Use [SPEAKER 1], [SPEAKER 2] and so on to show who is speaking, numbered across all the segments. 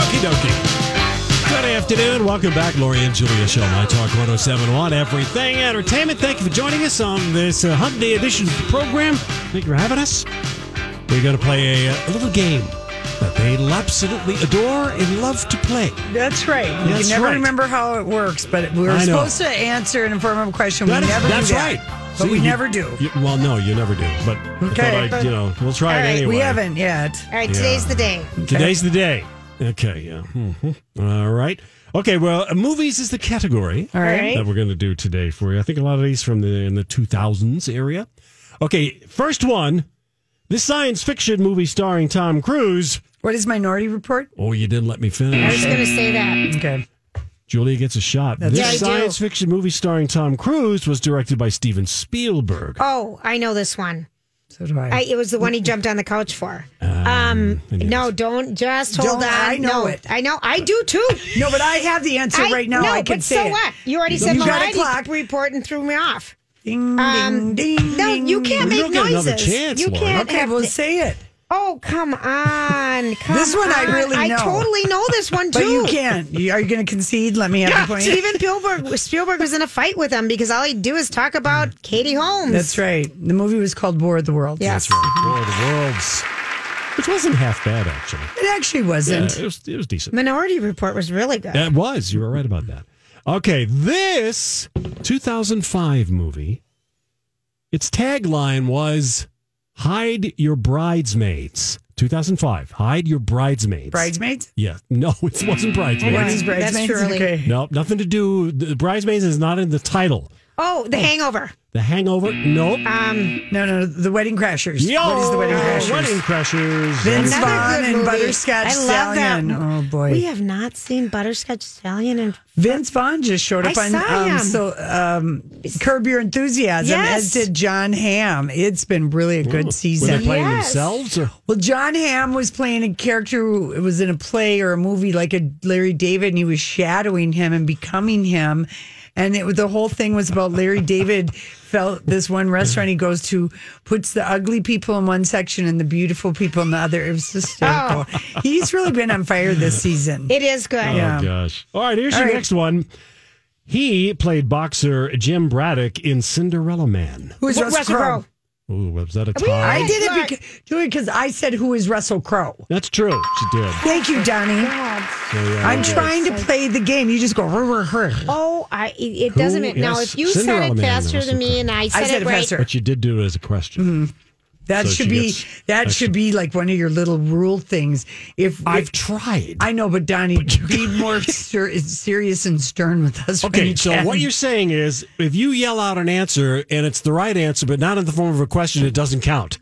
[SPEAKER 1] Okie dokie. Good afternoon. Welcome back, Lori and Julia Show, My Talk 1071, Everything Entertainment. Thank you for joining us on this uh, Hump Day edition of the program. Thank you for having us. We're going to play a, a little game that they absolutely adore and love to play.
[SPEAKER 2] That's right. You
[SPEAKER 1] That's
[SPEAKER 2] can never
[SPEAKER 1] right.
[SPEAKER 2] remember how it works, but we were
[SPEAKER 1] I know.
[SPEAKER 2] supposed to answer an affirmative question.
[SPEAKER 1] That
[SPEAKER 2] we
[SPEAKER 1] is-
[SPEAKER 2] never
[SPEAKER 1] that's
[SPEAKER 2] do
[SPEAKER 1] right.
[SPEAKER 2] that, But
[SPEAKER 1] See,
[SPEAKER 2] we
[SPEAKER 1] you-
[SPEAKER 2] never do.
[SPEAKER 1] you- well, no, you never do. But,
[SPEAKER 2] Okay,
[SPEAKER 1] but I-
[SPEAKER 2] but-
[SPEAKER 1] you know, we'll try
[SPEAKER 2] All
[SPEAKER 1] it
[SPEAKER 2] right,
[SPEAKER 1] anyway.
[SPEAKER 2] we haven't yet.
[SPEAKER 3] All right, today's
[SPEAKER 1] Yeah.
[SPEAKER 3] the day.
[SPEAKER 1] Today's the day. Okay, yeah. Mhm. All right. Okay, well, uh, movies is the category.
[SPEAKER 2] All right.
[SPEAKER 1] that we're going to do today for you. I think a lot of these from the in the 2000s area. Okay, first one. This science fiction movie starring Tom Cruise.
[SPEAKER 2] What is minority report?
[SPEAKER 1] Oh, you didn't let me
[SPEAKER 3] I was
[SPEAKER 1] finish.
[SPEAKER 3] going to say that.
[SPEAKER 2] Okay.
[SPEAKER 1] Julia gets a shot. This
[SPEAKER 3] Yeah, I do.
[SPEAKER 1] science fiction movie starring Tom Cruise was directed by Steven Spielberg.
[SPEAKER 3] Oh, I know this one.
[SPEAKER 2] So do I.
[SPEAKER 3] I, it was the one he jumped on the couch for. Um,
[SPEAKER 1] yes.
[SPEAKER 3] no, don't just hold
[SPEAKER 2] Don't,
[SPEAKER 3] on.
[SPEAKER 2] I know
[SPEAKER 3] No,
[SPEAKER 2] it.
[SPEAKER 3] I know. I do too.
[SPEAKER 2] no, but I have the answer
[SPEAKER 3] I-
[SPEAKER 2] right now.
[SPEAKER 3] No,
[SPEAKER 2] I can
[SPEAKER 3] but
[SPEAKER 2] say
[SPEAKER 3] so
[SPEAKER 2] it.
[SPEAKER 3] what? You already said
[SPEAKER 2] You got a
[SPEAKER 3] minority
[SPEAKER 2] clock.
[SPEAKER 3] report and threw me off.
[SPEAKER 2] Ding,
[SPEAKER 3] Um,
[SPEAKER 2] ding, ding.
[SPEAKER 3] no,
[SPEAKER 2] ding,
[SPEAKER 3] you can't
[SPEAKER 1] We
[SPEAKER 3] make
[SPEAKER 1] don't get
[SPEAKER 3] noises.
[SPEAKER 1] another chance,
[SPEAKER 3] you
[SPEAKER 1] Laura.
[SPEAKER 3] can't.
[SPEAKER 2] Okay,
[SPEAKER 3] have-
[SPEAKER 2] well, say it.
[SPEAKER 3] oh, come on. Come
[SPEAKER 2] This one I
[SPEAKER 3] on.
[SPEAKER 2] really know.
[SPEAKER 3] I totally know this one too.
[SPEAKER 2] But you can't. You- Are you going to concede? Let me have the point.
[SPEAKER 3] Steven Spielberg, Spielberg was in a fight with him because all he'd do is talk about Katie Holmes.
[SPEAKER 2] That's right. The movie was called War of the Worlds.
[SPEAKER 3] Yeah.
[SPEAKER 1] That's right. War of the Worlds, which wasn't half bad actually.
[SPEAKER 2] It actually
[SPEAKER 1] Yeah,
[SPEAKER 2] wasn't.
[SPEAKER 1] it was it was decent.
[SPEAKER 3] Minority Report was really good.
[SPEAKER 1] That was. You were right about that. Okay, this 2005 movie, its tagline was Hide Your Bridesmaids. 2005, Hide Your Bridesmaids.
[SPEAKER 2] Bridesmaids?
[SPEAKER 1] Yeah. No, it wasn't
[SPEAKER 2] What
[SPEAKER 1] Bridesmaids.
[SPEAKER 2] is
[SPEAKER 3] That's
[SPEAKER 2] Bridesmaids?
[SPEAKER 3] surely-
[SPEAKER 2] Okay.
[SPEAKER 1] No, nothing to do. The Bridesmaids is not in the title.
[SPEAKER 3] Oh, The Hangover.
[SPEAKER 1] The Hangover? Nope.
[SPEAKER 3] Um,
[SPEAKER 2] No, no, the Wedding Crashers.
[SPEAKER 1] Yo!
[SPEAKER 2] Ah, What is the Wedding Crashers?
[SPEAKER 1] Wedding Crashers.
[SPEAKER 2] Vince
[SPEAKER 3] Another
[SPEAKER 2] Vaughn
[SPEAKER 3] good
[SPEAKER 2] and
[SPEAKER 3] movie.
[SPEAKER 2] Butterscotch
[SPEAKER 3] I love that.
[SPEAKER 2] Stallion. Oh boy,
[SPEAKER 3] we have not seen Butterscotch Stallion and
[SPEAKER 2] Vince Vaughn just showed up
[SPEAKER 3] I
[SPEAKER 2] on
[SPEAKER 3] saw
[SPEAKER 2] um,
[SPEAKER 3] him.
[SPEAKER 2] so um, Curb Your Enthusiasm, as
[SPEAKER 3] Yes.
[SPEAKER 2] did John Hamm. It's been really a good
[SPEAKER 1] Were they
[SPEAKER 2] season.
[SPEAKER 1] playing
[SPEAKER 3] Yes.
[SPEAKER 1] themselves? Or?
[SPEAKER 2] Well, John Hamm was playing a character who it was in a play or a movie like a Larry David, and he was shadowing him and becoming him. And it, was- the whole thing was about Larry David felt this one restaurant he goes to puts the ugly people in one section and the beautiful people in the other. It was just hysterical. He's really been on fire this season.
[SPEAKER 3] it is good.
[SPEAKER 1] Oh, gosh. All right, here's
[SPEAKER 2] All
[SPEAKER 1] your
[SPEAKER 2] right.
[SPEAKER 1] next one. He played boxer Jim Braddock in Cinderella Man.
[SPEAKER 2] Who is
[SPEAKER 3] What-
[SPEAKER 2] Russell
[SPEAKER 3] Russell
[SPEAKER 2] Crowe?
[SPEAKER 3] Crowe.
[SPEAKER 1] Ooh, was that a
[SPEAKER 3] we-
[SPEAKER 1] tie?
[SPEAKER 2] I did
[SPEAKER 3] Clark.
[SPEAKER 2] it because, because I said, Who is Russell Crowe?
[SPEAKER 1] That's true. She did.
[SPEAKER 2] Thank you, Donnie.
[SPEAKER 3] God.
[SPEAKER 1] So, yeah,
[SPEAKER 2] I'm
[SPEAKER 1] we did.
[SPEAKER 2] trying to play the game. You just go, her, her, her.
[SPEAKER 3] Oh, I it, it doesn't
[SPEAKER 1] Who
[SPEAKER 3] matter. Now,
[SPEAKER 1] is
[SPEAKER 3] if you
[SPEAKER 1] Cinderella
[SPEAKER 3] said it
[SPEAKER 1] Man,
[SPEAKER 3] faster
[SPEAKER 1] Russell
[SPEAKER 3] than
[SPEAKER 1] Crowe?
[SPEAKER 3] me and I said,
[SPEAKER 2] said it
[SPEAKER 3] it right,
[SPEAKER 2] faster.
[SPEAKER 1] But you did do it as a
[SPEAKER 2] Mm-hmm.
[SPEAKER 1] question.
[SPEAKER 2] That
[SPEAKER 1] So she
[SPEAKER 2] should be
[SPEAKER 1] gets
[SPEAKER 2] that
[SPEAKER 1] extra.
[SPEAKER 2] should be like one of your little rule things. If,
[SPEAKER 1] I've
[SPEAKER 2] if-
[SPEAKER 1] tried.
[SPEAKER 2] I know, but Donnie, be more ser- serious and stern with us. when
[SPEAKER 1] okay,
[SPEAKER 2] you
[SPEAKER 1] so
[SPEAKER 2] can.
[SPEAKER 1] what you're saying is if you yell out an answer and it's the right answer, but not in the form of a question, it doesn't count.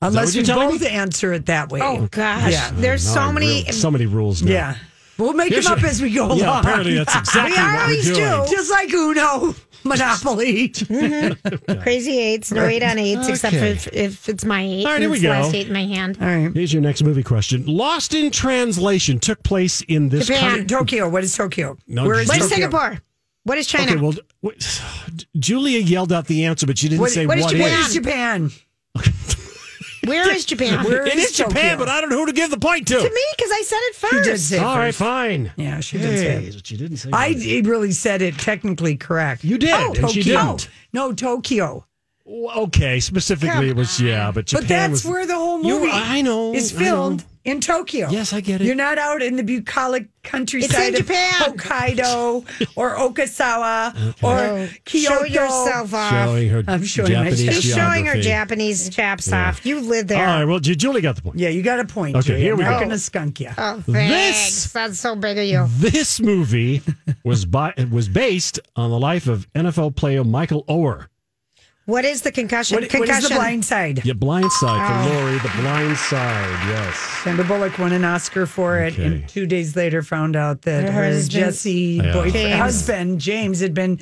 [SPEAKER 2] unless
[SPEAKER 1] what you're
[SPEAKER 2] we
[SPEAKER 1] telling
[SPEAKER 2] both
[SPEAKER 1] me?
[SPEAKER 2] answer it that way.
[SPEAKER 3] Oh, gosh.
[SPEAKER 2] Yeah.
[SPEAKER 3] There's
[SPEAKER 1] Now
[SPEAKER 3] so
[SPEAKER 1] I
[SPEAKER 3] many.
[SPEAKER 1] real- so many rules now.
[SPEAKER 2] yeah, we'll make
[SPEAKER 1] Here's
[SPEAKER 2] them up
[SPEAKER 1] your-
[SPEAKER 2] as we go
[SPEAKER 1] Yeah,
[SPEAKER 2] along.
[SPEAKER 1] apparently that's exactly
[SPEAKER 3] We
[SPEAKER 1] what we're
[SPEAKER 3] always do.
[SPEAKER 1] doing.
[SPEAKER 2] Just like Uno, Monopoly.
[SPEAKER 3] Crazy eights, no eight on eights, except for
[SPEAKER 1] Okay.
[SPEAKER 3] if, if it's my eight.
[SPEAKER 1] All right,
[SPEAKER 3] and
[SPEAKER 1] here we
[SPEAKER 3] it's
[SPEAKER 1] go.
[SPEAKER 3] the last eight in my hand.
[SPEAKER 2] All right,
[SPEAKER 1] Here's your next movie question. Lost in Translation took place in this country.
[SPEAKER 3] Japan.
[SPEAKER 2] Tokyo. What is Tokyo?
[SPEAKER 1] No,
[SPEAKER 2] Where is
[SPEAKER 1] just-
[SPEAKER 3] What
[SPEAKER 2] Tokyo?
[SPEAKER 3] is Singapore? What is China?
[SPEAKER 1] Okay, well, wait, Julia yelled out the answer, but she didn't
[SPEAKER 2] What-
[SPEAKER 1] say
[SPEAKER 2] what
[SPEAKER 1] what
[SPEAKER 2] is
[SPEAKER 1] is.
[SPEAKER 2] Japan? What is Japan?
[SPEAKER 3] Where is Japan?
[SPEAKER 2] Where
[SPEAKER 1] It is Japan, but I don't know who to give the point to.
[SPEAKER 3] to me because I said it first.
[SPEAKER 2] She did say
[SPEAKER 1] All right,
[SPEAKER 2] first.
[SPEAKER 1] fine.
[SPEAKER 2] Yeah, she did say
[SPEAKER 1] Hey,
[SPEAKER 2] it.
[SPEAKER 1] that's what you didn't say.
[SPEAKER 2] I d- really said it technically correct.
[SPEAKER 1] Mm-hmm. You did,
[SPEAKER 2] Oh,
[SPEAKER 1] and she
[SPEAKER 2] Tokyo.
[SPEAKER 1] didn't.
[SPEAKER 2] No, Tokyo.
[SPEAKER 1] Okay, specifically it was yeah, but Japan
[SPEAKER 2] But that's
[SPEAKER 1] was,
[SPEAKER 2] where the whole
[SPEAKER 1] You're
[SPEAKER 2] movie
[SPEAKER 1] right, I know,
[SPEAKER 2] is
[SPEAKER 1] I know.
[SPEAKER 2] filmed in Tokyo.
[SPEAKER 1] Yes, I get it.
[SPEAKER 2] You're not out in the bucolic countryside
[SPEAKER 3] It's in
[SPEAKER 2] of
[SPEAKER 3] Japan.
[SPEAKER 2] Hokkaido or Okasawa or Kyoto.
[SPEAKER 3] Oh, Show yourself off.
[SPEAKER 1] showing her
[SPEAKER 2] I'm showing my-
[SPEAKER 1] Japanese
[SPEAKER 3] She's showing her
[SPEAKER 1] geography.
[SPEAKER 3] Japanese chaps off. You live
[SPEAKER 1] All
[SPEAKER 3] there.
[SPEAKER 1] right, well, Ju- Julie got the point.
[SPEAKER 2] Yeah, you got a point.
[SPEAKER 1] Okay,
[SPEAKER 2] Julia.
[SPEAKER 1] here we
[SPEAKER 2] I'm
[SPEAKER 1] go.
[SPEAKER 2] not going to skunk you.
[SPEAKER 3] Oh,
[SPEAKER 1] This-
[SPEAKER 3] thanks. That's so big of you.
[SPEAKER 1] This movie was by, was based on the life of NFL player Michael Oher.
[SPEAKER 3] What is the concussion?
[SPEAKER 2] What, what
[SPEAKER 3] concussion.
[SPEAKER 2] is the blind side?
[SPEAKER 1] Yeah, Blind Side for Lori, The Blind Side. Yes.
[SPEAKER 2] Sandra Bullock won an Oscar for it,
[SPEAKER 1] Okay.
[SPEAKER 2] and two days later found out that her,
[SPEAKER 3] Her husband-
[SPEAKER 2] Jesse boyfriend,
[SPEAKER 3] James.
[SPEAKER 2] husband James had been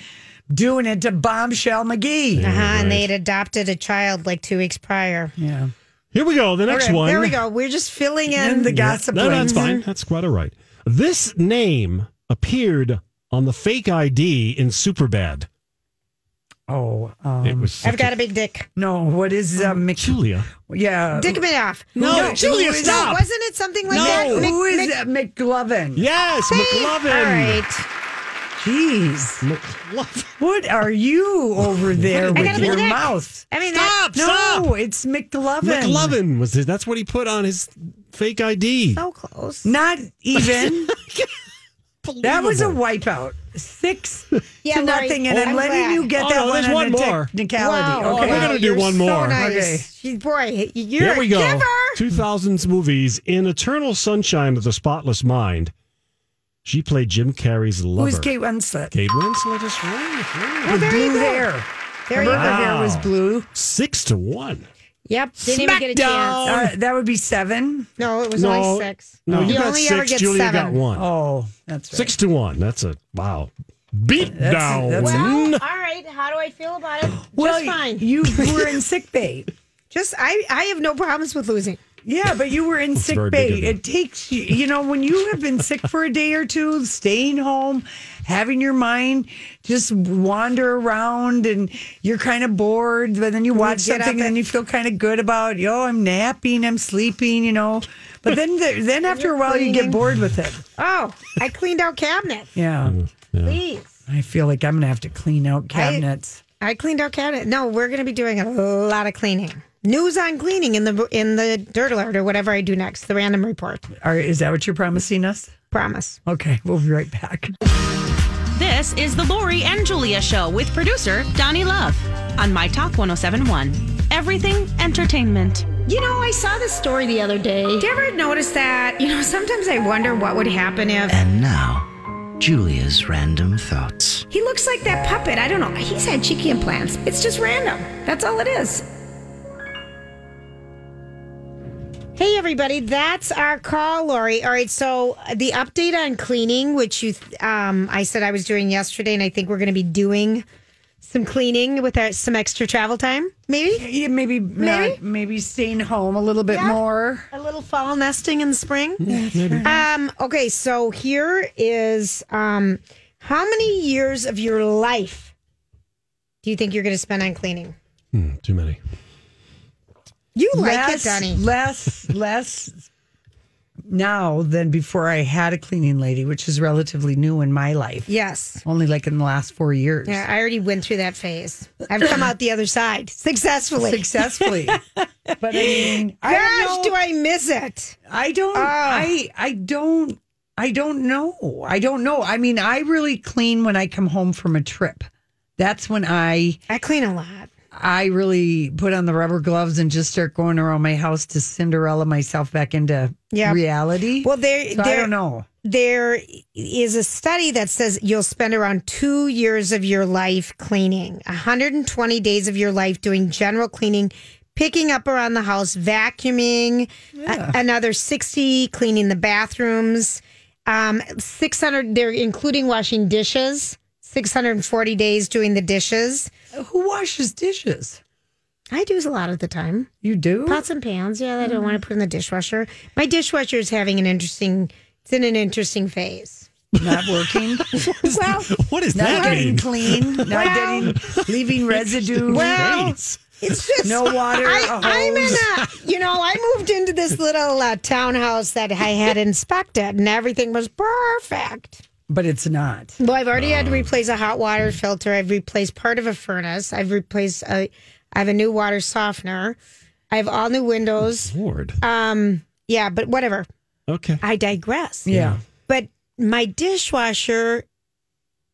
[SPEAKER 2] doing it to Bombshell McGee.
[SPEAKER 3] Uh-huh, And they had adopted a child like two weeks prior.
[SPEAKER 2] Yeah,
[SPEAKER 1] Here we go. The next
[SPEAKER 3] Okay,
[SPEAKER 1] one.
[SPEAKER 3] There we go. We're just filling in
[SPEAKER 2] and the gossip.
[SPEAKER 1] No, no, that's
[SPEAKER 2] links.
[SPEAKER 1] fine. That's quite all right. This name appeared on the fake ID in Superbad.
[SPEAKER 2] Oh um,
[SPEAKER 1] it was.
[SPEAKER 3] I've
[SPEAKER 1] such
[SPEAKER 3] got a big dick.
[SPEAKER 2] no! What is uh, Mc?
[SPEAKER 1] Julia.
[SPEAKER 2] Yeah,
[SPEAKER 3] Dick me off.
[SPEAKER 1] Uh, No, Julia,
[SPEAKER 3] who is-
[SPEAKER 1] stop.
[SPEAKER 3] Wasn't it something like
[SPEAKER 1] No.
[SPEAKER 3] that? Mc-
[SPEAKER 2] who is
[SPEAKER 3] Mc-
[SPEAKER 2] uh, McLovin?
[SPEAKER 1] Yes,
[SPEAKER 3] Hey, All
[SPEAKER 1] McLovin.
[SPEAKER 3] right.
[SPEAKER 2] Jeez,
[SPEAKER 1] McLovin.
[SPEAKER 2] what are you over there
[SPEAKER 3] I
[SPEAKER 2] with
[SPEAKER 3] gotta be
[SPEAKER 2] your
[SPEAKER 3] Nick.
[SPEAKER 2] mouth?
[SPEAKER 3] I mean,
[SPEAKER 1] Stop!
[SPEAKER 2] No,
[SPEAKER 1] stop!
[SPEAKER 2] it's McLovin.
[SPEAKER 1] McLovin was his, that's what he put on his fake ID.
[SPEAKER 3] that's so close.
[SPEAKER 2] Not even. That was a
[SPEAKER 1] Unbelievable.
[SPEAKER 2] wipeout. Six
[SPEAKER 3] Yeah,
[SPEAKER 2] to
[SPEAKER 3] Lori,
[SPEAKER 2] nothing. And I'm
[SPEAKER 3] I'm
[SPEAKER 2] letting
[SPEAKER 3] glad.
[SPEAKER 2] you get
[SPEAKER 1] Oh,
[SPEAKER 2] that
[SPEAKER 1] no,
[SPEAKER 2] one
[SPEAKER 1] there's
[SPEAKER 2] on
[SPEAKER 1] one
[SPEAKER 2] the
[SPEAKER 1] more.
[SPEAKER 2] technicality.
[SPEAKER 3] Wow.
[SPEAKER 2] okay.
[SPEAKER 1] we're gonna do
[SPEAKER 3] you're
[SPEAKER 1] one
[SPEAKER 3] So
[SPEAKER 1] more.
[SPEAKER 3] nice.
[SPEAKER 2] Okay.
[SPEAKER 3] She, boy, you're
[SPEAKER 1] Here
[SPEAKER 3] a
[SPEAKER 1] we go.
[SPEAKER 3] giver.
[SPEAKER 1] 2000s movies in Eternal Sunshine of the Spotless Mind. She played Jim Carrey's lover.
[SPEAKER 2] Who's Kate Winslet?
[SPEAKER 1] Kate Winslet is right.
[SPEAKER 2] The
[SPEAKER 1] right.
[SPEAKER 3] there you
[SPEAKER 2] blue
[SPEAKER 3] go.
[SPEAKER 2] hair.
[SPEAKER 3] There you
[SPEAKER 2] Remember
[SPEAKER 3] go.
[SPEAKER 2] her hair was
[SPEAKER 1] Wow.
[SPEAKER 2] blue.
[SPEAKER 1] Six to one.
[SPEAKER 3] Yep. Didn't even get a
[SPEAKER 1] Smackdown.
[SPEAKER 3] chance.
[SPEAKER 2] Uh, that would be seven.
[SPEAKER 3] No, it was
[SPEAKER 1] No.
[SPEAKER 3] only six.
[SPEAKER 1] No, you,
[SPEAKER 3] you,
[SPEAKER 1] got
[SPEAKER 3] only
[SPEAKER 1] six.
[SPEAKER 3] ever get
[SPEAKER 1] Julia
[SPEAKER 3] seven.
[SPEAKER 1] got one.
[SPEAKER 2] Oh, that's right.
[SPEAKER 1] Six to one. That's a wow. Beat
[SPEAKER 2] That's-
[SPEAKER 1] down.
[SPEAKER 2] that's-
[SPEAKER 3] Well,
[SPEAKER 1] Mm.
[SPEAKER 3] all right. How do I feel about it?
[SPEAKER 2] Well,
[SPEAKER 3] Just fine.
[SPEAKER 2] you were in sick bay.
[SPEAKER 3] Just I, I have no problems with losing.
[SPEAKER 2] Yeah, but you were in sick
[SPEAKER 1] very
[SPEAKER 2] bay.
[SPEAKER 1] big of
[SPEAKER 2] It takes you, you know, when you have been sick for a day or two, staying home, having your mind just wander around and you're kind of bored, but then you watch
[SPEAKER 3] get up
[SPEAKER 2] something and then
[SPEAKER 3] and-
[SPEAKER 2] you feel kind of good about, yo, I'm napping, I'm sleeping, you know. But then the, then after a while you get bored with it.
[SPEAKER 3] Oh, I cleaned out cabinet.
[SPEAKER 2] Yeah.
[SPEAKER 3] Please.
[SPEAKER 2] I feel like I'm going to have to clean out cabinets.
[SPEAKER 3] I cleaned out cabinet. No, we're going to be doing a lot of cleaning. News on cleaning in the in the dirt alert or whatever I do next. The random report.
[SPEAKER 2] Are, is that what you're promising us?
[SPEAKER 3] Promise.
[SPEAKER 2] Okay, we'll be right back.
[SPEAKER 4] This is the Lori and Julia Show with producer Donnie Love on My Talk 1071. Everything entertainment.
[SPEAKER 5] You know, I saw this story the other day.
[SPEAKER 3] Do you ever notice that? You know, sometimes I wonder what would happen if
[SPEAKER 6] And now, Julia's random thoughts.
[SPEAKER 5] He looks like that puppet. I don't know. He's had cheeky implants. It's just random. That's all it is.
[SPEAKER 3] Hey, everybody, that's our call, Lori. All right, so uh, the update on cleaning, which you, um, I said I was doing yesterday, and I think we're going to be doing some cleaning with our, some extra travel time, maybe
[SPEAKER 2] Yeah, maybe, maybe? Not, maybe staying home a little bit more.
[SPEAKER 3] a little fall nesting in the spring. Um, okay, so here is um, how many years of your life do you think you're going to spend on cleaning?
[SPEAKER 1] Hmm, too many.
[SPEAKER 3] You like
[SPEAKER 2] less,
[SPEAKER 3] it, Donnie?
[SPEAKER 2] less, less now than before I had a cleaning lady, which is relatively new in my life.
[SPEAKER 3] yes.
[SPEAKER 2] Only like in the last four years.
[SPEAKER 3] Yeah, I already went through that phase. I've come out the other side successfully.
[SPEAKER 2] Successfully. but I mean, I
[SPEAKER 3] Gosh,
[SPEAKER 2] don't, know-
[SPEAKER 3] do I Ah. miss it?
[SPEAKER 2] I don't, I, I don't, I don't know. I don't know. I mean, I really clean when I come home from a trip. That's when I
[SPEAKER 3] I clean a lot.
[SPEAKER 2] I really put on the rubber gloves and just start going around my house to Cinderella myself back into
[SPEAKER 3] Yeah.
[SPEAKER 2] reality.
[SPEAKER 3] Well, there,
[SPEAKER 2] so I
[SPEAKER 3] there,
[SPEAKER 2] don't know.
[SPEAKER 3] there is a study that says you'll spend around two years of your life cleaning, 120 days of your life doing general cleaning, picking up around the house, vacuuming, a- another 60 cleaning the bathrooms, um, 600. They're including washing dishes. 640 days doing the dishes.
[SPEAKER 2] Who washes dishes?
[SPEAKER 3] I do a lot of the time.
[SPEAKER 2] You do?
[SPEAKER 3] pots and pans. Yeah, that I don't want to put in the dishwasher. My dishwasher is having an interesting. It's in an interesting phase.
[SPEAKER 2] Not working.
[SPEAKER 3] Well,
[SPEAKER 1] What does
[SPEAKER 2] not
[SPEAKER 1] that
[SPEAKER 2] getting
[SPEAKER 1] mean?
[SPEAKER 2] clean. Not
[SPEAKER 3] Well-
[SPEAKER 2] getting leaving residue.
[SPEAKER 3] Well-
[SPEAKER 1] Great.
[SPEAKER 3] It's just
[SPEAKER 2] No water,
[SPEAKER 3] I,
[SPEAKER 2] a
[SPEAKER 3] I'm in a, you know, I moved into this little uh, townhouse that I had inspected, and everything was perfect.
[SPEAKER 2] but it's not.
[SPEAKER 3] Well, I've already had to
[SPEAKER 2] Oh.
[SPEAKER 3] replace a hot water filter. I've replaced part of a furnace. I've replaced a, I have a new water softener. I have all new windows. Um,
[SPEAKER 1] Lord.
[SPEAKER 3] Uh, Yeah, but whatever.
[SPEAKER 1] okay.
[SPEAKER 3] I digress.
[SPEAKER 2] Yeah.
[SPEAKER 3] But my dishwasher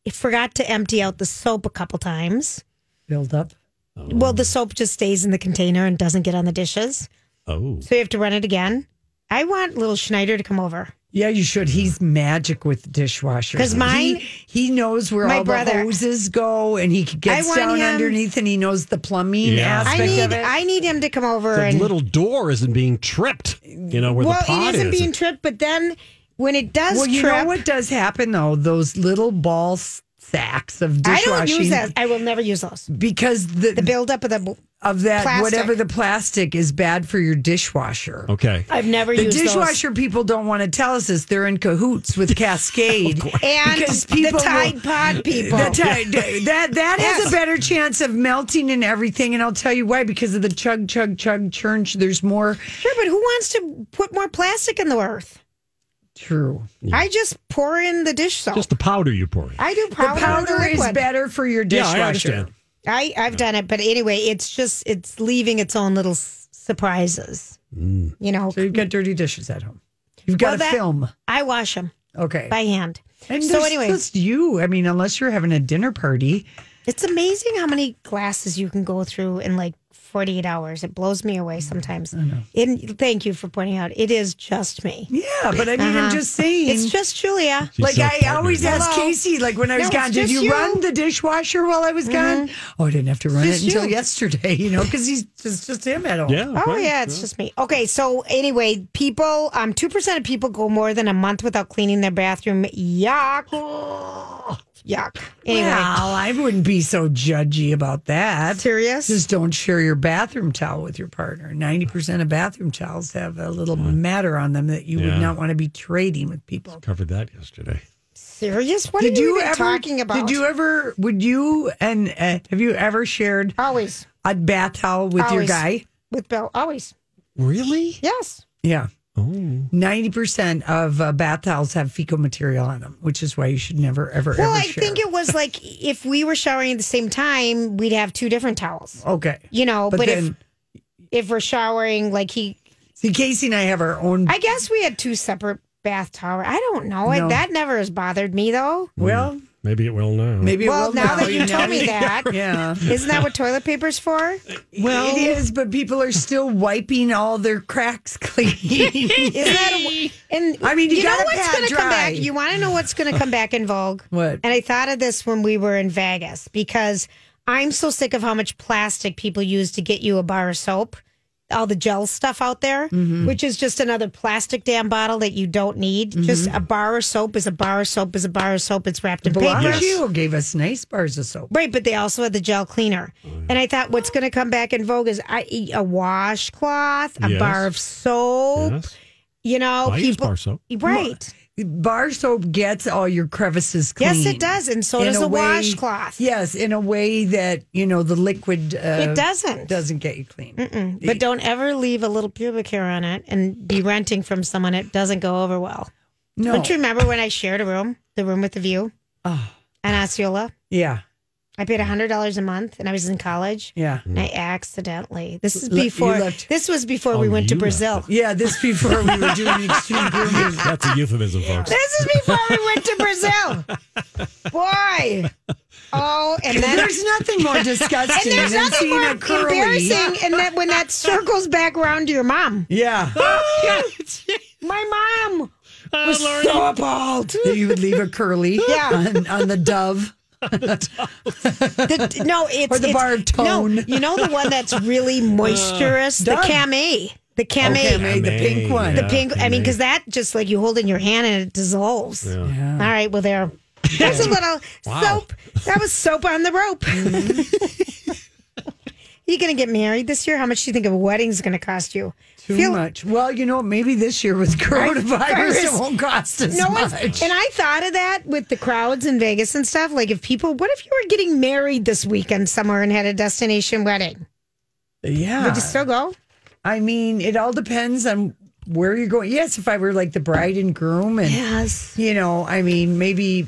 [SPEAKER 3] it forgot to empty out the soap a couple times.
[SPEAKER 2] Build up. Oh.
[SPEAKER 3] Well, the soap just stays in the container and doesn't get on the dishes.
[SPEAKER 1] Oh.
[SPEAKER 3] So you have to run it again. I want little Schneider to come over.
[SPEAKER 2] Yeah, you should. He's magic with dishwashers.
[SPEAKER 3] 'Cause mine-
[SPEAKER 2] he, he knows where
[SPEAKER 3] my
[SPEAKER 2] all the
[SPEAKER 3] brother-
[SPEAKER 2] hoses go, and he gets
[SPEAKER 3] want
[SPEAKER 2] down
[SPEAKER 3] him-
[SPEAKER 2] underneath, and he knows the plumbing
[SPEAKER 1] Yeah.
[SPEAKER 3] I
[SPEAKER 2] aspect
[SPEAKER 3] need
[SPEAKER 2] of it.
[SPEAKER 3] I need him to come over
[SPEAKER 1] The
[SPEAKER 3] and
[SPEAKER 1] little door isn't being tripped, you know, where
[SPEAKER 3] Well,
[SPEAKER 1] the pot
[SPEAKER 3] it isn't
[SPEAKER 1] is.
[SPEAKER 3] being tripped, but then when it does
[SPEAKER 2] well, you
[SPEAKER 3] trip,
[SPEAKER 2] know what does happen though? Those little ball s- sacks of
[SPEAKER 3] I
[SPEAKER 2] dishwashing
[SPEAKER 3] don't use that. I will never use those.
[SPEAKER 2] because the,
[SPEAKER 3] The buildup of the
[SPEAKER 2] of that
[SPEAKER 3] plastic.
[SPEAKER 2] whatever the plastic is bad for your dishwasher.
[SPEAKER 1] okay.
[SPEAKER 3] I've never
[SPEAKER 2] The
[SPEAKER 3] used
[SPEAKER 2] dishwasher people don't want to tell us this. They're in cahoots with Cascade
[SPEAKER 3] those. And
[SPEAKER 2] because people
[SPEAKER 3] the Tide
[SPEAKER 2] will-
[SPEAKER 3] Pod people.
[SPEAKER 2] The ti- that that has a better chance of melting and everything, and I'll tell you why. Because of the chug, chug, chug, churn. There's more.
[SPEAKER 3] Sure, but who wants to put more plastic in the earth?
[SPEAKER 2] True.
[SPEAKER 3] I just pour in the dish soap.
[SPEAKER 1] Just the powder you pour in.
[SPEAKER 3] I do
[SPEAKER 2] The
[SPEAKER 3] powder. or
[SPEAKER 2] powder is
[SPEAKER 3] liquid.
[SPEAKER 2] better for your
[SPEAKER 1] Yeah,
[SPEAKER 2] dishwasher.
[SPEAKER 1] I understand.
[SPEAKER 3] I I've done it, but anyway, it's just it's leaving its own little s- surprises.
[SPEAKER 2] Mm.
[SPEAKER 3] You know,
[SPEAKER 2] So you've got dirty dishes at home. You've
[SPEAKER 3] Well,
[SPEAKER 2] got
[SPEAKER 3] that-
[SPEAKER 2] a film.
[SPEAKER 3] I wash them
[SPEAKER 2] Okay.
[SPEAKER 3] by hand.
[SPEAKER 2] And
[SPEAKER 3] so
[SPEAKER 2] there's
[SPEAKER 3] anyway,
[SPEAKER 2] just you. I mean, unless you're having a dinner party,
[SPEAKER 3] it's amazing how many glasses you can go through in like 48 hours. It blows me
[SPEAKER 2] Mm,
[SPEAKER 3] away sometimes. And thank you for pointing out. It is just me.
[SPEAKER 2] yeah. But I mean, I'm just saying.
[SPEAKER 3] Uh-huh. It's just Julia.
[SPEAKER 1] She's
[SPEAKER 2] like I
[SPEAKER 1] self-partnered.
[SPEAKER 2] always ask
[SPEAKER 3] Hello.
[SPEAKER 2] Casey, like when I was
[SPEAKER 3] No,
[SPEAKER 2] gone,
[SPEAKER 3] it's
[SPEAKER 2] did
[SPEAKER 3] just
[SPEAKER 2] you,
[SPEAKER 3] you. Mm-hmm.
[SPEAKER 2] run the dishwasher while I was gone? Oh, I didn't have to run
[SPEAKER 3] Just
[SPEAKER 2] it until
[SPEAKER 3] you.
[SPEAKER 2] yesterday, you know, because he's just just him at home.
[SPEAKER 1] Yeah.
[SPEAKER 3] Oh
[SPEAKER 1] right.
[SPEAKER 3] yeah, it's just me. Okay, so anyway, people, um, two percent of people go more than a month without cleaning their bathroom. Yuck, yuck. Anyway,
[SPEAKER 2] Well, I wouldn't be so judgy about that.
[SPEAKER 3] serious.
[SPEAKER 2] Just don't share your bathroom towel with your partner. 90% of bathroom towels have a little matter on them that you
[SPEAKER 1] Mm. Yeah.
[SPEAKER 2] would not want to be trading with people.
[SPEAKER 1] Covered that yesterday.
[SPEAKER 3] serious? What are you, even talking about?
[SPEAKER 2] Did you ever, would you, and uh, have you ever shared
[SPEAKER 3] always
[SPEAKER 2] a bath towel with your
[SPEAKER 3] Always.
[SPEAKER 2] guy?
[SPEAKER 3] with Bill? Always,
[SPEAKER 1] Really?
[SPEAKER 3] yes.
[SPEAKER 2] Yeah.
[SPEAKER 1] Oh.
[SPEAKER 2] 90% of uh, bath towels have fecal material on them, which is why you should never, ever,
[SPEAKER 3] Well,
[SPEAKER 2] ever
[SPEAKER 3] I
[SPEAKER 2] share.
[SPEAKER 3] think it was like if we were showering at the same time, we'd have two different towels.
[SPEAKER 2] Okay.
[SPEAKER 3] You know,
[SPEAKER 2] But
[SPEAKER 3] but,
[SPEAKER 2] then-
[SPEAKER 3] if if we're showering, like he,
[SPEAKER 2] See, Casey and I have our own.
[SPEAKER 3] I guess we had two separate bath towels. I don't know.
[SPEAKER 2] No.
[SPEAKER 3] That never has bothered me though.
[SPEAKER 2] well,
[SPEAKER 1] Maybe it will now.
[SPEAKER 2] maybe
[SPEAKER 3] Well,
[SPEAKER 2] it will Oh,
[SPEAKER 3] now that you
[SPEAKER 2] know.
[SPEAKER 3] told me that.
[SPEAKER 2] Yeah.
[SPEAKER 3] Isn't that what toilet paper's for?
[SPEAKER 2] Well, it is, but people are still wiping all their cracks clean.
[SPEAKER 3] Isn't that a, and
[SPEAKER 2] I mean, you
[SPEAKER 3] know
[SPEAKER 2] gotta
[SPEAKER 3] what's
[SPEAKER 2] pat
[SPEAKER 3] gonna come
[SPEAKER 2] dry.
[SPEAKER 3] back? You want to know what's going to come back in vogue?
[SPEAKER 2] What?
[SPEAKER 3] And I thought of this when we were in Vegas because I'm so sick of how much plastic people use to get you a bar of soap. All the gel stuff out there,
[SPEAKER 2] Mm-hmm.
[SPEAKER 3] which is just another plastic damn bottle that you don't need. Just a bar of soap is a bar of soap is a bar of soap. It's wrapped in paper.
[SPEAKER 2] Bellagio gave us nice bars of soap.
[SPEAKER 3] Right, but they also had the gel cleaner.
[SPEAKER 2] Oh,
[SPEAKER 3] And I thought what's going to come back in vogue is I, a washcloth, a
[SPEAKER 1] Yes.
[SPEAKER 3] bar of soap.
[SPEAKER 1] Yes.
[SPEAKER 3] You know,
[SPEAKER 1] I use
[SPEAKER 3] people.
[SPEAKER 1] bar soap.
[SPEAKER 3] Right.
[SPEAKER 2] Bar soap gets all your crevices clean.
[SPEAKER 3] Yes, it does, and so
[SPEAKER 2] In
[SPEAKER 3] does
[SPEAKER 2] a
[SPEAKER 3] a
[SPEAKER 2] way-
[SPEAKER 3] washcloth.
[SPEAKER 2] Yes, in a way that, you know, the liquid uh,
[SPEAKER 3] It doesn't.
[SPEAKER 2] doesn't get you clean.
[SPEAKER 3] But don't ever leave a little pubic hair on it and be renting from someone. It doesn't go over well.
[SPEAKER 2] No.
[SPEAKER 3] Don't you remember when I shared a room, the room with the view,
[SPEAKER 2] Oh,
[SPEAKER 3] and Osceola?
[SPEAKER 2] yeah,
[SPEAKER 3] I paid hundred dollars a month, and I was in college.
[SPEAKER 2] yeah.
[SPEAKER 3] And I accidentally. This
[SPEAKER 2] Le-
[SPEAKER 3] is
[SPEAKER 2] Mm. you
[SPEAKER 3] before.
[SPEAKER 2] left-
[SPEAKER 3] This was before we
[SPEAKER 1] Oh,
[SPEAKER 3] went to
[SPEAKER 1] you left
[SPEAKER 3] Brazil.
[SPEAKER 2] Yeah, this before we were doing extreme grooming.
[SPEAKER 1] That's a euphemism, folks.
[SPEAKER 3] This is before we went to Brazil. Boy. Oh, and then
[SPEAKER 2] There's nothing more disgusting
[SPEAKER 3] and there's
[SPEAKER 2] than
[SPEAKER 3] nothing
[SPEAKER 2] seeing
[SPEAKER 3] more
[SPEAKER 2] a curly.
[SPEAKER 3] embarrassing and that when that circles back around to your mom.
[SPEAKER 2] Yeah.
[SPEAKER 3] Oh, My mom.
[SPEAKER 1] Uh, Lauren,
[SPEAKER 2] so appalled that you would leave a curly
[SPEAKER 3] Yeah.
[SPEAKER 2] on, on the dove.
[SPEAKER 3] The- Uh, no, it's
[SPEAKER 2] Or the
[SPEAKER 3] it's-
[SPEAKER 2] bar of
[SPEAKER 3] No,
[SPEAKER 2] tone.
[SPEAKER 3] you know the one that's really moisturous, the
[SPEAKER 2] Dove.
[SPEAKER 3] camé, the camé,
[SPEAKER 2] Okay, made the pink one.
[SPEAKER 3] the
[SPEAKER 1] Yeah,
[SPEAKER 3] pink. I mean,
[SPEAKER 1] camé.
[SPEAKER 3] because that just like you hold in your hand and it dissolves. All right, well there. There's a little soap. That was soap on the rope. Mm-hmm. you gonna get married this year? How much do you think a wedding's gonna cost you?
[SPEAKER 2] Too much. Well, you know, maybe this year with coronavirus, it won't cost us
[SPEAKER 3] No one's,
[SPEAKER 2] much.
[SPEAKER 3] and I thought of that with the crowds in Vegas and stuff. Like, if people, what if you were getting married this weekend somewhere and had a destination wedding?
[SPEAKER 2] Yeah.
[SPEAKER 3] Would you still go?
[SPEAKER 2] I mean, it all depends on where you're going. Yes, if I were like the bride and groom, and
[SPEAKER 3] Yes.
[SPEAKER 2] you know, I mean, maybe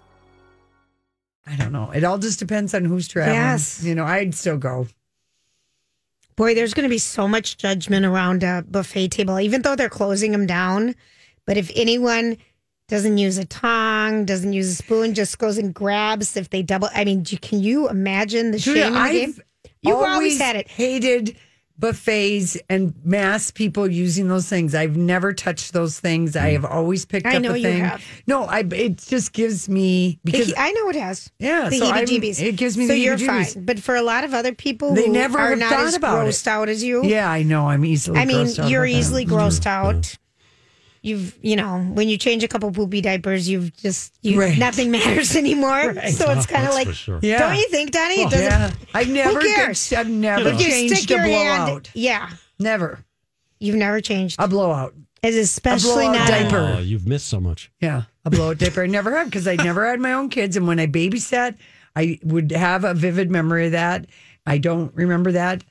[SPEAKER 2] I don't know. It all just depends on who's traveling.
[SPEAKER 3] Yes.
[SPEAKER 2] You know, I'd still go.
[SPEAKER 3] Boy, there's going to be so much judgment around a buffet table, even though they're closing them down. But if anyone doesn't use a tong, doesn't use a spoon, just goes and grabs if they double. I mean, do- can you imagine the
[SPEAKER 2] Julia,
[SPEAKER 3] shame in the game?
[SPEAKER 2] I've
[SPEAKER 3] You've always had it.
[SPEAKER 2] Hated buffets and mass people using those things. I've never touched those things. I have always picked
[SPEAKER 3] I
[SPEAKER 2] up
[SPEAKER 3] know
[SPEAKER 2] a
[SPEAKER 3] you
[SPEAKER 2] thing.
[SPEAKER 3] have.
[SPEAKER 2] No, I. It just gives me because
[SPEAKER 3] It- I know it has.
[SPEAKER 2] Yeah,
[SPEAKER 3] the
[SPEAKER 2] so I'm-
[SPEAKER 3] heebie-jeebies.
[SPEAKER 2] it gives me
[SPEAKER 3] so
[SPEAKER 2] the
[SPEAKER 3] you're
[SPEAKER 2] heebie-jeebies.
[SPEAKER 3] fine. But for a lot of other people,
[SPEAKER 2] They
[SPEAKER 3] who
[SPEAKER 2] never
[SPEAKER 3] are
[SPEAKER 2] have
[SPEAKER 3] not
[SPEAKER 2] thought
[SPEAKER 3] as
[SPEAKER 2] about it.
[SPEAKER 3] grossed out as you.
[SPEAKER 2] yeah, I know. I'm easily.
[SPEAKER 3] I mean,
[SPEAKER 2] grossed out
[SPEAKER 3] you're
[SPEAKER 2] about that. Mm-hmm.
[SPEAKER 3] easily grossed out. You've, you know, when you change a couple poopy diapers, you've just you,
[SPEAKER 2] Right.
[SPEAKER 3] nothing matters anymore. So it's kind of
[SPEAKER 1] That's
[SPEAKER 3] like,
[SPEAKER 1] for sure.
[SPEAKER 2] Yeah. Oh,
[SPEAKER 3] don't you think, Donnie? It doesn't.
[SPEAKER 2] Yeah, I've never.
[SPEAKER 3] cares?
[SPEAKER 2] I've never
[SPEAKER 3] But you
[SPEAKER 2] changed
[SPEAKER 3] stick
[SPEAKER 2] a
[SPEAKER 3] your
[SPEAKER 2] blowout.
[SPEAKER 3] hand. Yeah,
[SPEAKER 2] Never
[SPEAKER 3] you've never changed.
[SPEAKER 2] a blowout.
[SPEAKER 3] It's especially
[SPEAKER 2] blowout
[SPEAKER 3] not.
[SPEAKER 2] diaper.
[SPEAKER 1] Oh, you've missed so much.
[SPEAKER 2] Yeah, a blowout diaper. I never had because I never had my own kids, and when I babysat, I would have a vivid memory of that. I don't remember that,